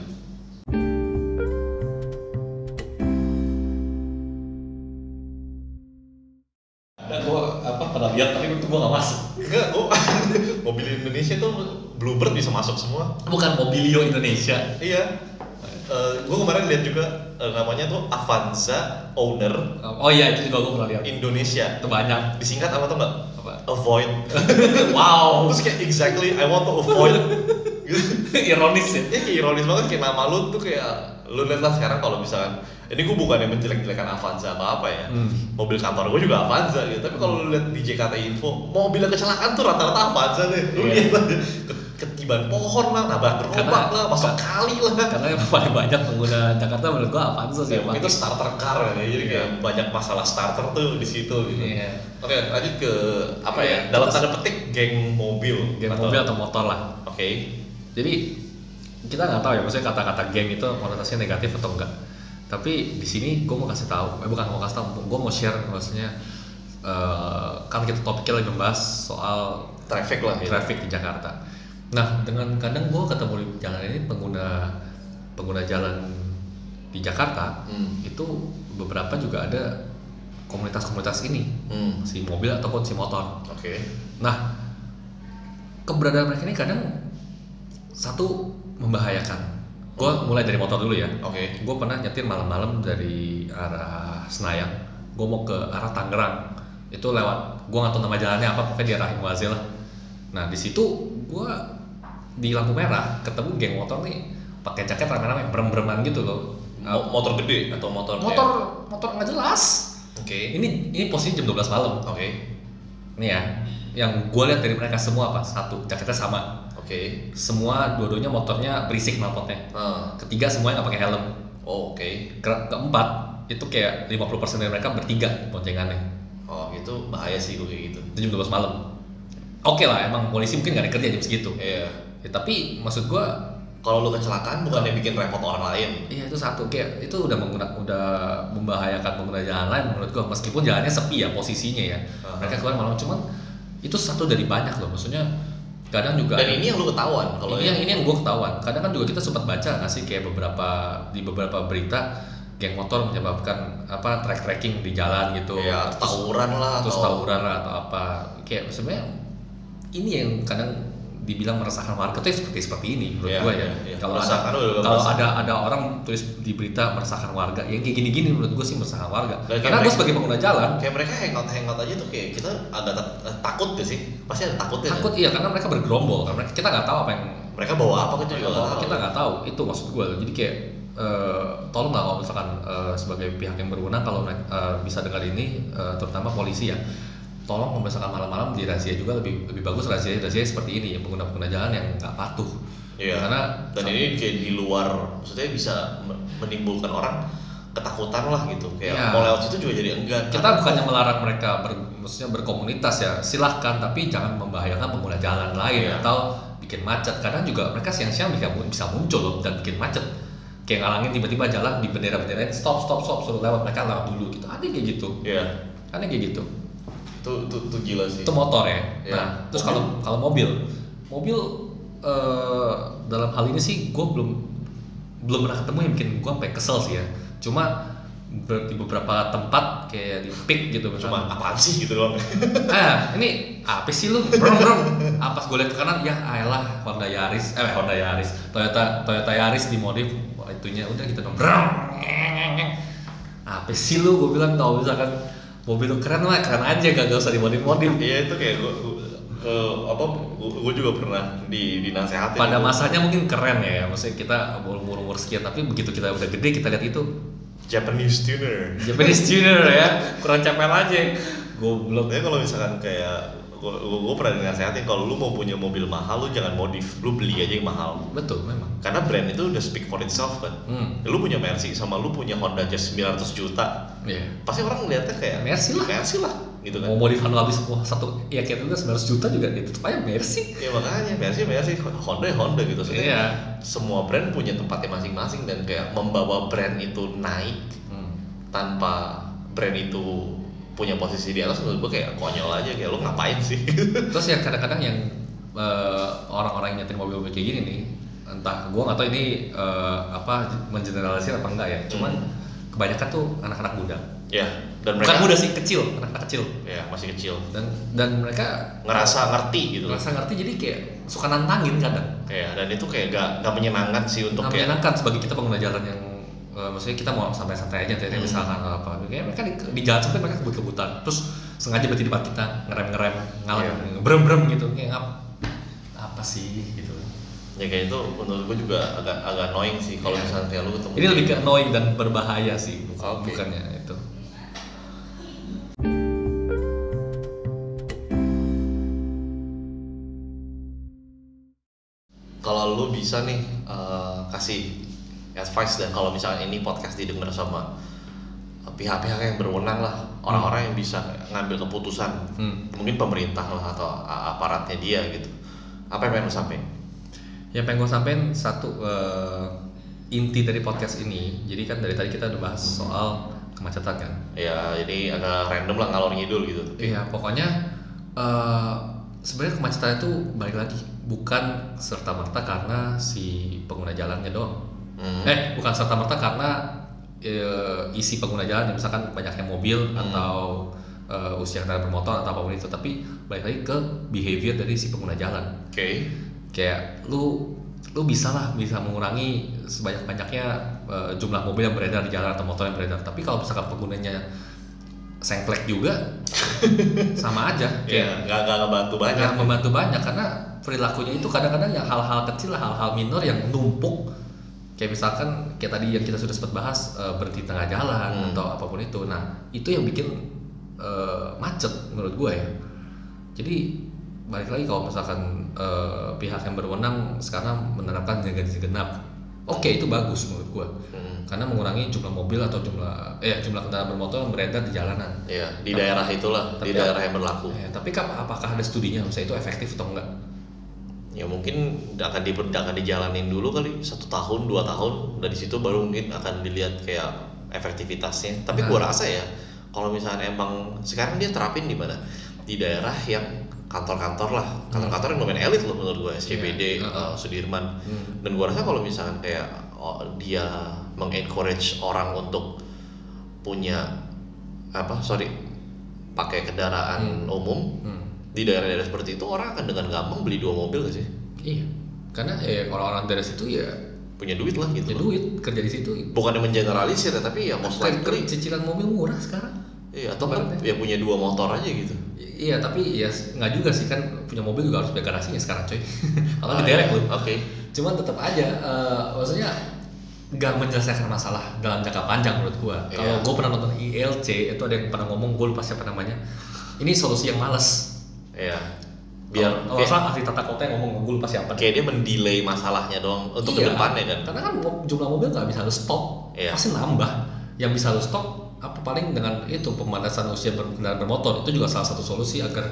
Speaker 2: Nah, gua apa pernah lihat tapi itu gua gak masuk.
Speaker 1: enggak gua mobil Indonesia tuh Bluebird bisa masuk semua
Speaker 2: Bukan Mobilio Indonesia.
Speaker 1: iya Eh gua kemarin lihat juga eh, namanya tuh Avanza Owner
Speaker 2: Oh iya itu juga gua pernah lihat.
Speaker 1: Indonesia
Speaker 2: Itu banyak.
Speaker 1: disingkat apa tuh nggak
Speaker 2: Apa?
Speaker 1: avoid
Speaker 2: Wow.
Speaker 1: terus kayak exactly I want to avoid gitu
Speaker 2: Ironis ya.
Speaker 1: ya kayak ironis banget kayak nama lu tuh kayak lu lihat lah sekarang kalau misalkan ini gue bukan yang menjelek-jelekan Avanza apa apa ya
Speaker 2: Hmm.
Speaker 1: mobil kantor gue juga Avanza gitu tapi kalau lu lihat di JKT Info mobil yang kecelakaan tuh rata-rata Avanza deh lu
Speaker 2: Iya.
Speaker 1: lihat aja Ke- ketiban pohon lah nabrak gerobak
Speaker 2: Karena-
Speaker 1: lah masuk kali lah
Speaker 2: Karena yang paling banyak pengguna Jakarta menurut gua Avanza sih.
Speaker 1: ya,
Speaker 2: yang
Speaker 1: mungkin itu
Speaker 2: paling.
Speaker 1: starter car ya jadi
Speaker 2: Iya.
Speaker 1: kayak banyak masalah starter tuh di situ gitu
Speaker 2: Iya.
Speaker 1: oke lanjut ke apa
Speaker 2: Iya,
Speaker 1: ya dalam
Speaker 2: terus-
Speaker 1: tanda petik geng mobil
Speaker 2: Geng
Speaker 1: Atau-
Speaker 2: mobil atau motor lah.
Speaker 1: oke
Speaker 2: Jadi kita nggak tahu ya maksudnya kata-kata geng itu konotasinya negatif atau enggak. Tapi di sini gue mau kasih tahu, eh bukan mau kasih tahu, gue mau share maksudnya eh, kan kita topiknya lagi membahas soal
Speaker 1: traffic lah gitu.
Speaker 2: traffic di Jakarta. Nah, dengan kadang gue ketemu di jalan ini pengguna pengguna jalan di Jakarta
Speaker 1: Hmm.
Speaker 2: itu beberapa juga ada komunitas-komunitas ini
Speaker 1: Hmm.
Speaker 2: si mobil ataupun si motor.
Speaker 1: oke
Speaker 2: Nah, keberadaan mereka ini kadang satu membahayakan, Gue mulai dari motor dulu ya.
Speaker 1: Oke.
Speaker 2: Gue pernah nyetir malam-malam dari arah Senayan. Gue mau ke arah Tangerang. Itu lewat. Gue nggak tahu nama jalannya apa. Pokoknya di arah Muazil lah. Nah di situ gue di lampu merah ketemu geng motor nih pakai jaket rame-rame berem-bereman gitu loh.
Speaker 1: Mo- motor gede atau motor kayak-
Speaker 2: Motor motor nggak jelas.
Speaker 1: Oke.
Speaker 2: Ini ini posisi jam 12 malam.
Speaker 1: Oke.
Speaker 2: Nih ya, yang gue lihat dari mereka semua apa? Satu, jaketnya sama.
Speaker 1: Oke.
Speaker 2: Semua dua-duanya motornya berisik knalpotnya.
Speaker 1: Nah.
Speaker 2: Ketiga semuanya nggak pakai helm.
Speaker 1: Oh, oke.
Speaker 2: Ke- keempat itu kayak 50% dari mereka bertiga boncengannya.
Speaker 1: Oh, itu bahaya sih gue kayak gitu.
Speaker 2: Itu jam 12 malam. Oke lah, emang polisi mungkin nggak ada kerja jam segitu.
Speaker 1: Iya.
Speaker 2: Ya, tapi maksud gue,
Speaker 1: Kalau lu kecelakaan bukannya bikin repot orang lain.
Speaker 2: iya itu satu kayak itu udah menggunakan udah membahayakan pengguna jalan lain menurut gue meskipun jalannya sepi ya posisinya ya.
Speaker 1: Aha.
Speaker 2: Mereka keluar malam cuman itu satu dari banyak loh. Maksudnya kadang juga
Speaker 1: Dan
Speaker 2: Iya.
Speaker 1: ini yang lu ketahuan kalau
Speaker 2: ini yang ini yang gue ketahuan kadang kan juga kita sempat baca nggak sih kayak beberapa di beberapa berita geng motor menyebabkan apa track tracking di jalan gitu
Speaker 1: ya
Speaker 2: terus,
Speaker 1: tawuran lah
Speaker 2: terus
Speaker 1: atau
Speaker 2: tawuran lah atau apa kayak sebenarnya ini yang kadang dibilang meresahkan warga tuh ya seperti seperti ini menurut
Speaker 1: Iya,
Speaker 2: gue ya
Speaker 1: iya, iya.
Speaker 2: kalau
Speaker 1: Meresahkan
Speaker 2: ada
Speaker 1: udah beberapa
Speaker 2: kalau
Speaker 1: saat.
Speaker 2: ada ada orang tulis di berita meresahkan warga yang kayak gini gini menurut gue sih meresahkan warga
Speaker 1: Dan kayak
Speaker 2: karena gue
Speaker 1: mereka-
Speaker 2: sebagai pengguna jalan
Speaker 1: kayak mereka hangout hangout aja tuh kayak kita agak ta- eh, takut gak sih pasti ada takutnya kan?
Speaker 2: takut iya karena mereka bergerombol karena mereka- kita nggak tahu apa yang
Speaker 1: mereka bawa apa gitu juga nggak tahu.
Speaker 2: Iya, kita nggak tahu itu maksud gue jadi kayak eh, tolong lah kalau misalkan eh, sebagai pihak yang berwenang kalau mereka, eh, bisa dengar ini eh, terutama polisi ya tolong kalau misalkan malam-malam di razia juga lebih lebih bagus razia razia seperti ini ya, pengguna-pengguna jalan yang nggak patuh
Speaker 1: Iya.
Speaker 2: karena
Speaker 1: dan ini kayak di luar maksudnya bisa me- menimbulkan orang ketakutan lah gitu kayak
Speaker 2: Iya.
Speaker 1: mau lewat situ juga jadi enggan
Speaker 2: kita bukannya melarang mereka ber- maksudnya berkomunitas ya silahkan tapi jangan membahayakan pengguna jalan lain
Speaker 1: Iya.
Speaker 2: atau bikin macet kadang juga mereka siang-siang bisa, bisa muncul loh dan bikin macet kayak ngalangin tiba-tiba jalan di bendera benderain stop stop stop suruh lewat mereka lewat dulu gitu ada yang kayak gitu
Speaker 1: ya
Speaker 2: ada yang kayak gitu
Speaker 1: itu, itu itu gila sih
Speaker 2: itu motor ya
Speaker 1: Iya.
Speaker 2: nah terus
Speaker 1: Mobil.
Speaker 2: kalau kalau mobil mobil eh, dalam hal ini sih gue belum belum pernah ketemu yang bikin gue sampai kesel sih ya cuma ber- di beberapa tempat kayak di pick gitu misalnya.
Speaker 1: cuma apaan sih gitu doang
Speaker 2: ah ini apa sih lu bro bro ah pas gue lihat ke kanan ya ayolah Honda Yaris eh Honda Yaris Toyota Toyota Yaris dimodif Wah, itunya udah gitu dong bro apa sih lu gue bilang kalau misalkan mobil lu keren lah keren aja gak, gak usah dimodif modif
Speaker 1: iya itu kayak gue apa gue juga pernah di dinasehatin
Speaker 2: pada
Speaker 1: gitu.
Speaker 2: masanya mungkin keren ya maksudnya kita umur umur sekian tapi begitu kita udah gede kita lihat itu
Speaker 1: Japanese tuner
Speaker 2: Japanese tuner ya kurang capek aja goblok
Speaker 1: Tapi kalau misalkan kayak gue gue pernah dinasehatin kalau lu mau punya mobil mahal lu jangan modif, lu beli aja yang mahal.
Speaker 2: betul memang
Speaker 1: Karena brand itu udah speak for itself kan.
Speaker 2: hmm
Speaker 1: Lu punya Mercy sama lu punya Honda Jazz 900 juta,
Speaker 2: ya
Speaker 1: pasti orang ngeliatnya kayak
Speaker 2: Mercy lah.
Speaker 1: Mercy lah gitu kan.
Speaker 2: mau modif Honda habis wah satu ya kayak itu 900 juta juga itu tetap aja Mercy
Speaker 1: Ya makanya Mercy Mercy Honda ya Honda gitu. Maksudnya
Speaker 2: iya
Speaker 1: semua brand punya tempatnya masing-masing dan kayak membawa brand itu naik
Speaker 2: hmm.
Speaker 1: tanpa brand itu punya posisi di atas menurut gue kayak konyol aja kayak lu ngapain sih?
Speaker 2: terus ya kadang-kadang yang eh, orang-orang yang nyetir mobil-mobil kayak gini nih entah gua nggak tahu ini eh, apa mengeneralisir apa enggak ya cuman kebanyakan tuh anak-anak muda
Speaker 1: ya Hmm. dan
Speaker 2: bukan
Speaker 1: mereka
Speaker 2: muda sih kecil anak-anak kecil
Speaker 1: ya masih kecil
Speaker 2: dan dan mereka
Speaker 1: ngerasa ngerti gitu loh.
Speaker 2: rasa ngerti jadi kayak suka nantangin kadang
Speaker 1: ya dan itu kayak gak, gak menyenangkan sih untuk
Speaker 2: nggak
Speaker 1: kayak
Speaker 2: menyenangkan sebagai kita pengguna jalan yang eh, maksudnya kita mau santai-santai aja tadi
Speaker 1: Hmm.
Speaker 2: misalkan atau apa kayaknya mereka di, di jalan sampai mereka kebut-kebutan terus sengaja berhenti di depan kita ngerem-ngerem ngalah
Speaker 1: Iya.
Speaker 2: berem-berem gitu kayak ngap apa sih gitu
Speaker 1: ya kayak itu menurut gue juga agak agak annoying sih kalau
Speaker 2: Iya.
Speaker 1: misalnya kayak lu ketemu
Speaker 2: ini lebih ke annoying dan berbahaya sih bukan
Speaker 1: Oke.
Speaker 2: bukannya itu
Speaker 1: kalau lu bisa nih eh, kasih advice dan kalau misalnya ini podcast didengar sama eh, pihak-pihak yang berwenang lah orang-orang yang bisa ngambil keputusan
Speaker 2: Hmm.
Speaker 1: mungkin pemerintah lah atau a- aparatnya dia gitu apa yang pengen lu sampein
Speaker 2: yang Ya, pengen gue sampein satu eh, inti dari podcast ini jadi kan dari tadi kita udah bahas
Speaker 1: Hmm.
Speaker 2: soal kemacetan kan
Speaker 1: ya ini agak random lah ngalor ngidul gitu
Speaker 2: Iya, pokoknya eh, sebenarnya kemacetan itu balik lagi bukan serta merta karena si pengguna jalannya doang.
Speaker 1: Hmm.
Speaker 2: Eh, bukan serta merta karena eh, isi pengguna jalan, misalkan banyaknya mobil atau eh, usia kendaraan bermotor atau apapun itu, tapi balik lagi ke behavior dari si pengguna jalan.
Speaker 1: oke
Speaker 2: Kayak lu lu bisa lah bisa mengurangi sebanyak banyaknya jumlah mobil yang beredar di jalan atau motor yang beredar tapi kalau misalkan penggunanya sengklek juga sama aja
Speaker 1: ya nggak nggak ngebantu banyak
Speaker 2: banyak membantu banyak karena perilakunya itu kadang-kadang yang hal-hal kecil hal-hal minor yang numpuk kayak misalkan kayak tadi yang kita sudah sempat bahas eh, berhenti tengah jalan
Speaker 1: Hmm.
Speaker 2: atau apapun itu nah itu yang bikin eh, macet menurut gue ya jadi balik lagi kalau misalkan eh, pihak yang berwenang sekarang menerapkan jaga ganjil genap oke itu bagus menurut gue
Speaker 1: Hmm.
Speaker 2: karena mengurangi jumlah mobil atau jumlah eh jumlah kendaraan bermotor yang beredar di jalanan
Speaker 1: ya di daerah itulah di
Speaker 2: Tapi-
Speaker 1: daerah yang berlaku
Speaker 2: Eh, tapi kap- apakah ada studinya misalnya itu efektif atau enggak?
Speaker 1: ya mungkin akan di akan dijalanin dulu kali satu tahun dua tahun dari situ baru mungkin akan dilihat kayak efektivitasnya tapi
Speaker 2: Nah.
Speaker 1: gua rasa ya kalau misalnya emang sekarang dia terapin di mana di daerah yang kantor-kantor lah kantor-kantor yang lumayan elit loh menurut gue SCBD
Speaker 2: Iya.
Speaker 1: eh, Sudirman
Speaker 2: Hmm.
Speaker 1: dan gua rasa kalau misalkan kayak oh, dia mengencourage orang untuk punya apa sorry pakai kendaraan umum
Speaker 2: Hmm.
Speaker 1: di daerah-daerah seperti itu orang akan dengan gampang beli dua mobil gak sih
Speaker 2: Iya. Karena eh orang-orang dari situ ya
Speaker 1: punya duit lah gitu
Speaker 2: ya
Speaker 1: loh.
Speaker 2: duit kerja di situ.
Speaker 1: bukannya mengeneralisir ya tapi ya most
Speaker 2: Kan
Speaker 1: likely
Speaker 2: cicilan mobil murah sekarang.
Speaker 1: iya atau nggak,
Speaker 2: Ibaratnya.
Speaker 1: ya punya dua motor aja gitu
Speaker 2: I- Iya, tapi ya s- nggak juga sih kan punya mobil juga harus punya garasinya sekarang, coy. Kalau
Speaker 1: Ah,
Speaker 2: di derek
Speaker 1: iya.
Speaker 2: lu.
Speaker 1: oke
Speaker 2: Cuman tetap aja eh, maksudnya nggak menyelesaikan masalah dalam jangka panjang menurut gua.
Speaker 1: Iya.
Speaker 2: Kalau gua pernah nonton ILC itu ada yang pernah ngomong gua lupa siapa namanya. Ini solusi yang males.
Speaker 1: ya biar
Speaker 2: kalau nggak
Speaker 1: kayak,
Speaker 2: salah ahli tata kota yang ngomong gua lupa siapa.
Speaker 1: kayak dia mendelay masalahnya doang untuk
Speaker 2: Iya.
Speaker 1: ke depannya kan
Speaker 2: karena kan mo- jumlah mobil nggak bisa lu stop
Speaker 1: Iya.
Speaker 2: pasti nambah yang bisa lu stop apa paling dengan itu pembatasan usia ber- kendaraan bermotor itu juga salah satu solusi agar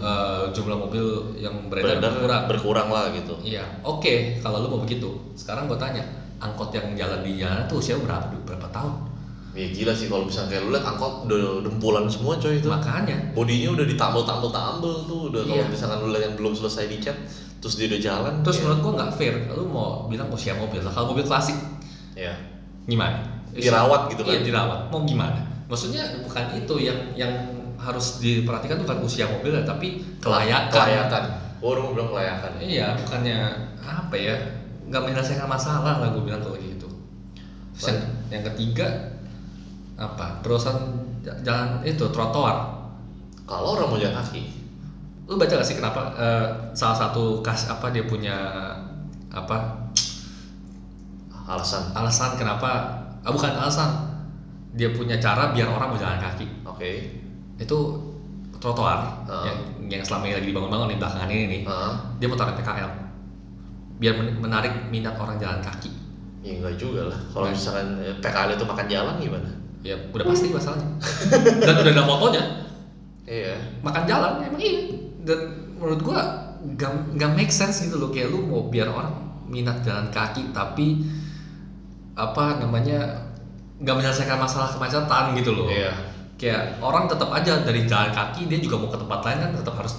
Speaker 2: eh, jumlah mobil yang beredar
Speaker 1: beredar
Speaker 2: berkurang
Speaker 1: berkurang lah gitu
Speaker 2: iya oke kalau lu mau begitu sekarang gua tanya angkot yang jalan di jalan tuh usia berapa berapa tahun
Speaker 1: ya gila sih kalau misalnya kayak lu liat angkot udah dempulan semua coy itu
Speaker 2: makanya
Speaker 1: bodinya udah ditambel-tambel-tambel tuh udah kalau
Speaker 2: Iya.
Speaker 1: misalkan lu liat yang belum selesai dicat terus dia udah jalan
Speaker 2: terus
Speaker 1: ya,
Speaker 2: menurut gua nggak fair lu mau bilang usia mobil Lah, kalau mobil klasik
Speaker 1: ya.
Speaker 2: gimana
Speaker 1: Dirawat gitu kan?
Speaker 2: iya dirawat mau gimana maksudnya bukan itu yang yang harus diperhatikan tuh bukan usia mobilnya tapi kelayakan
Speaker 1: kelayakan gua orang mau bilang kelayakan
Speaker 2: iya bukannya apa ya nggak menyelesaikan masalah lah gue bilang kalau gitu Terus yang, yang ketiga apa terusan ja- jalan itu trotoar
Speaker 1: kalau orang mau jalan kaki
Speaker 2: lu baca gak sih kenapa eh, salah satu kas apa dia punya apa
Speaker 1: alasan
Speaker 2: alasan kenapa ah, bukan alasan dia punya cara biar orang mau jalan kaki
Speaker 1: oke
Speaker 2: itu trotoar
Speaker 1: Heeh.
Speaker 2: yang, yang selama ini lagi dibangun-bangun di belakangan ini nih
Speaker 1: Heeh.
Speaker 2: dia mau tarik PKL biar men- menarik minat orang jalan kaki
Speaker 1: ya enggak juga lah kalau misalkan eh, PKL itu makan jalan gimana
Speaker 2: ya udah pasti
Speaker 1: Hmm.
Speaker 2: masalahnya dan udah ada motonya
Speaker 1: iya
Speaker 2: makan jalan emang iya dan menurut gua gak, gak make sense gitu loh kayak lu mau biar orang minat jalan kaki tapi apa namanya gak menyelesaikan masalah kemacetan gitu loh
Speaker 1: Iya.
Speaker 2: kayak orang tetap aja dari jalan kaki dia juga mau ke tempat lain kan tetap harus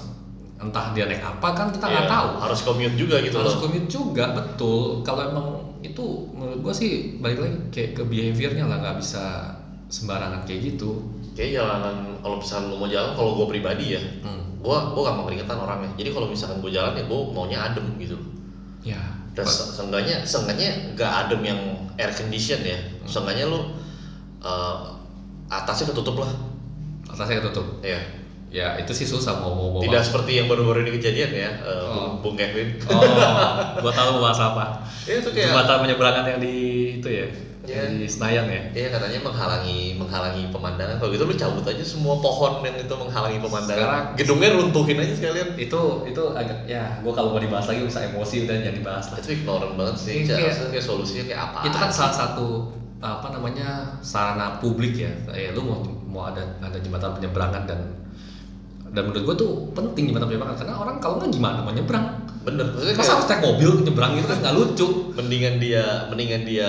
Speaker 2: entah dia naik apa kan kita nggak
Speaker 1: Iya,
Speaker 2: tahu
Speaker 1: harus commute juga gitu
Speaker 2: harus
Speaker 1: loh
Speaker 2: komit juga betul kalau emang itu menurut gua sih balik lagi kayak ke behaviornya lah nggak bisa sembarangan kayak gitu
Speaker 1: kayak jalanan kalau misalkan lu mau jalan kalau gue pribadi ya
Speaker 2: Hmm.
Speaker 1: gua gua gampang keringetan orangnya jadi kalau misalkan gue jalan ya gue maunya adem gitu loh
Speaker 2: ya
Speaker 1: dan se- seenggaknya seenggaknya nggak adem yang air condition ya seenggaknya lu eh, atasnya ketutup lah
Speaker 2: atasnya ketutup
Speaker 1: ya
Speaker 2: ya itu sih susah mau mau mau
Speaker 1: tidak seperti yang baru-baru ini kejadian ya eh,
Speaker 2: Oh.
Speaker 1: Bung Bung Kevin
Speaker 2: oh gua tahu bahas apa
Speaker 1: Iya, itu kayak-
Speaker 2: jembatan penyeberangan yang di itu ya
Speaker 1: Iya.
Speaker 2: di Senayan ya
Speaker 1: Iya katanya menghalangi menghalangi pemandangan. Kalau gitu lu cabut aja semua pohon yang itu menghalangi pemandangan.
Speaker 2: Sekarang-
Speaker 1: Gedungnya runtuhin aja sekalian.
Speaker 2: itu itu agak ya gua kalau mau dibahas lagi bisa emosi udah jangan dibahas lah
Speaker 1: Itu ignorant banget sih.
Speaker 2: Iya,
Speaker 1: Saya
Speaker 2: kayak-
Speaker 1: rasa kayak solusinya kayak apa?
Speaker 2: itu kan salah satu apa namanya sarana publik ya kayak lu mau mau ada ada jembatan penyeberangan dan dan menurut gua tuh penting jembatan penyeberangan karena orang kalau nggak gimana mau nyebrang
Speaker 1: bener. Maksudnya
Speaker 2: masa
Speaker 1: kayak
Speaker 2: harus naik mobil nyebrang gitu kan nggak lucu
Speaker 1: mendingan dia mendingan dia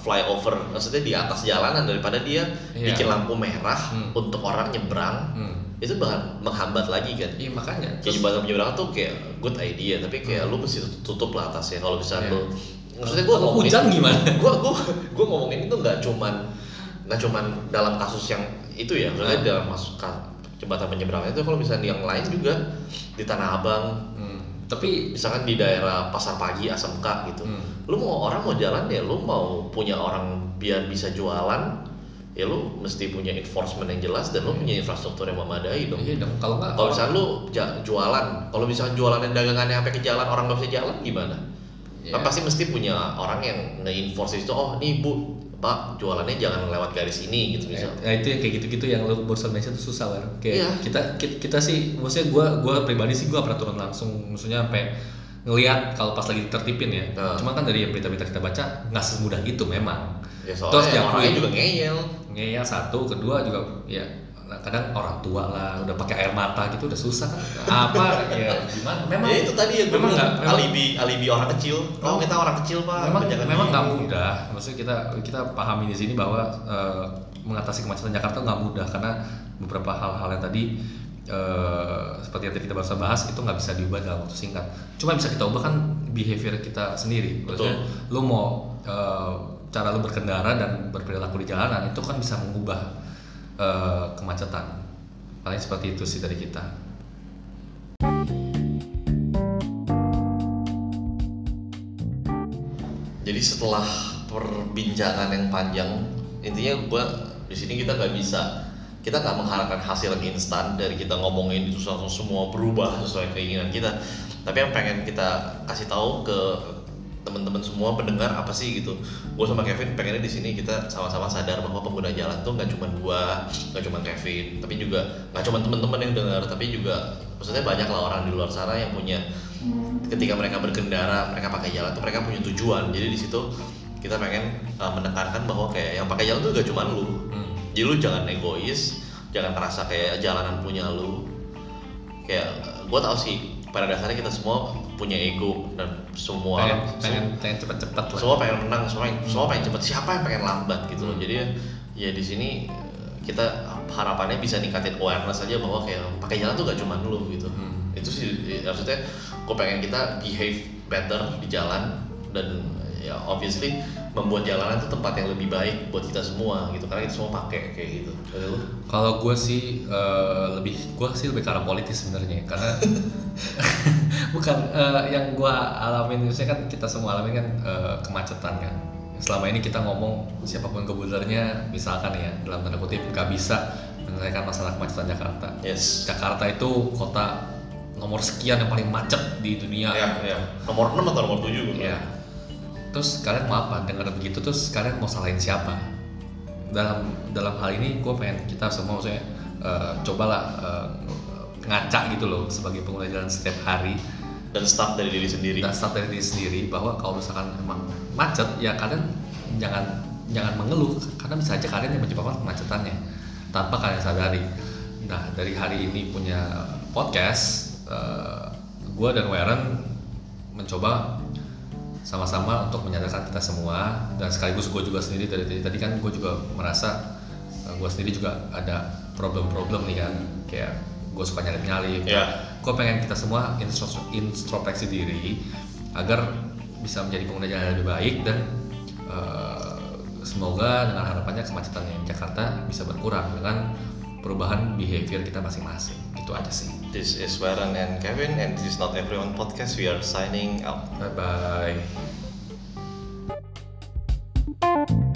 Speaker 1: flyover maksudnya di atas jalanan daripada dia
Speaker 2: Iya.
Speaker 1: bikin lampu merah
Speaker 2: Hmm.
Speaker 1: untuk orang nyebrang
Speaker 2: hmm.
Speaker 1: itu bakal menghambat lagi kan
Speaker 2: iya
Speaker 1: kayak
Speaker 2: makanya Terus- Hmm.
Speaker 1: jembatan penyeberangan tuh kayak good idea tapi kayak lu mesti tutup lah atasnya kalau bisa
Speaker 2: Iya.
Speaker 1: lu maksudnya gua
Speaker 2: Kalau
Speaker 1: ngomongin-
Speaker 2: hujan gimana?
Speaker 1: gua gua gua ngomongin itu nggak cuman nggak cuman dalam kasus yang itu ya maksudnya
Speaker 2: Nah.
Speaker 1: dalam masuk ka- jembatan penyeberangan itu kalau misalnya yang lain juga di tanah abang
Speaker 2: Hmm. tapi
Speaker 1: misalkan di daerah pasar pagi SMK gitu
Speaker 2: Hmm.
Speaker 1: lu mau orang mau jalan ya lu mau punya orang biar bisa jualan ya lu mesti punya enforcement yang jelas dan lu punya infrastruktur yang memadai dong
Speaker 2: Hmm. iya dong kalau nggak
Speaker 1: kalau misalnya lu ja- jualan kalau misalnya jualannya dagangannya sampai ke jalan orang nggak bisa jalan gimana
Speaker 2: Iya.
Speaker 1: kan pasti mesti punya orang yang nge-enforce itu oh nih bu pak jualannya jangan lewat garis ini gitu misalnya
Speaker 2: Ya, itu yang kayak gitu-gitu yang lo barusan mention tuh susah kan. Kayak
Speaker 1: Iya.
Speaker 2: kita, kita kita sih maksudnya gua gua pribadi sih gua nggak pernah turun langsung maksudnya sampai ngelihat kalau pas lagi tertipin ya.
Speaker 1: Nah.
Speaker 2: Cuma kan dari yang berita-berita kita baca nggak semudah itu memang.
Speaker 1: ya
Speaker 2: Iya. Terus
Speaker 1: soalnya
Speaker 2: diakui.
Speaker 1: orangnya juga ngeyel
Speaker 2: Ngeyel satu, kedua juga ya kadang orang tua lah udah pakai air mata gitu udah susah kan apa ya gimana memang
Speaker 1: ya itu tadi yang gue
Speaker 2: memang
Speaker 1: bilang,
Speaker 2: nggak- memang-
Speaker 1: alibi alibi orang kecil oh kita orang kecil pak
Speaker 2: memang
Speaker 1: jangan
Speaker 2: memang
Speaker 1: gini.
Speaker 2: nggak mudah maksudnya kita kita pahami di sini bahwa eh, mengatasi kemacetan Jakarta nggak mudah karena beberapa hal-hal yang tadi eh, seperti yang tadi kita barusan bahas itu nggak bisa diubah dalam waktu singkat cuma bisa kita ubah kan behavior kita sendiri maksudnya lu mau eh, cara lu berkendara dan berperilaku di jalanan itu kan bisa mengubah eh, kemacetan paling seperti itu sih dari kita
Speaker 1: jadi setelah perbincangan yang panjang intinya gua di sini kita nggak bisa kita nggak mengharapkan hasil yang instan dari kita ngomongin itu langsung semua berubah sesuai keinginan kita tapi yang pengen kita kasih tahu ke teman-teman semua pendengar apa sih gitu gue sama Kevin pengennya di sini kita sama-sama sadar bahwa pengguna jalan tuh nggak cuma gua nggak cuma Kevin tapi juga nggak cuma teman-teman yang dengar tapi juga maksudnya banyak lah orang di luar sana yang punya ketika mereka berkendara mereka pakai jalan tuh mereka punya tujuan jadi di situ kita pengen uh, menekankan bahwa kayak yang pakai jalan tuh gak cuma lu
Speaker 2: Hmm.
Speaker 1: jadi lu jangan egois jangan merasa kayak jalanan punya lu kayak gue tau sih pada dasarnya kita semua punya ego dan semua
Speaker 2: pengen pengen pengen cepet-cepet lah
Speaker 1: semua pengen menang semua semua pengen cepet siapa yang pengen lambat gitu loh jadi ya di sini eh, kita harapannya bisa ningkatin awareness aja bahwa kayak pakai jalan tuh gak cuma dulu gitu
Speaker 2: Hmm.
Speaker 1: itu sih eh, maksudnya gue pengen kita behave better di jalan dan eh, ya obviously membuat jalanan itu tempat yang lebih baik buat kita semua gitu karena kita semua pakai kayak gitu Dari lu?
Speaker 2: Kalau gue sih eh, lebih gue sih lebih ke arah politis sebenarnya karena bukan eh, yang gue alamin maksudnya kan kita semua alamin kan eh, kemacetan kan. Selama ini kita ngomong siapapun kebulernya misalkan ya dalam tanda kutip nggak bisa menyelesaikan masalah kemacetan Jakarta.
Speaker 1: yes
Speaker 2: Jakarta itu kota nomor sekian yang paling macet di dunia.
Speaker 1: ya, ya. nomor 6 atau nomor 7
Speaker 2: Iya. Terus kalian mau apa? Dengar begitu terus kalian mau salahin siapa? Dalam dalam hal ini gue pengen kita semua maksudnya eh, cobalah eh, ngaca gitu loh sebagai pengguna jalan setiap hari
Speaker 1: dan start dari diri sendiri
Speaker 2: dan start dari diri sendiri bahwa kalau misalkan emang macet ya kalian jangan jangan mengeluh karena bisa aja kalian yang menyebabkan kemacetannya tanpa kalian sadari nah dari hari ini punya podcast gue dan Warren mencoba sama-sama untuk menyadarkan kita semua dan sekaligus gue juga sendiri dari tadi tadi kan gue juga merasa gue sendiri juga ada problem-problem nih kan kayak gue suka nyalip-nyalip
Speaker 1: ya
Speaker 2: gue Gitu. pengen kita semua instros- introspeksi diri agar bisa menjadi pengguna jalan yang lebih baik dan eh, semoga dengan harapannya kemacetan yang di Jakarta bisa berkurang dengan perubahan behavior kita masing-masing gitu aja sih
Speaker 1: this is Warren and Kevin and this is not everyone podcast we are signing out
Speaker 2: bye bye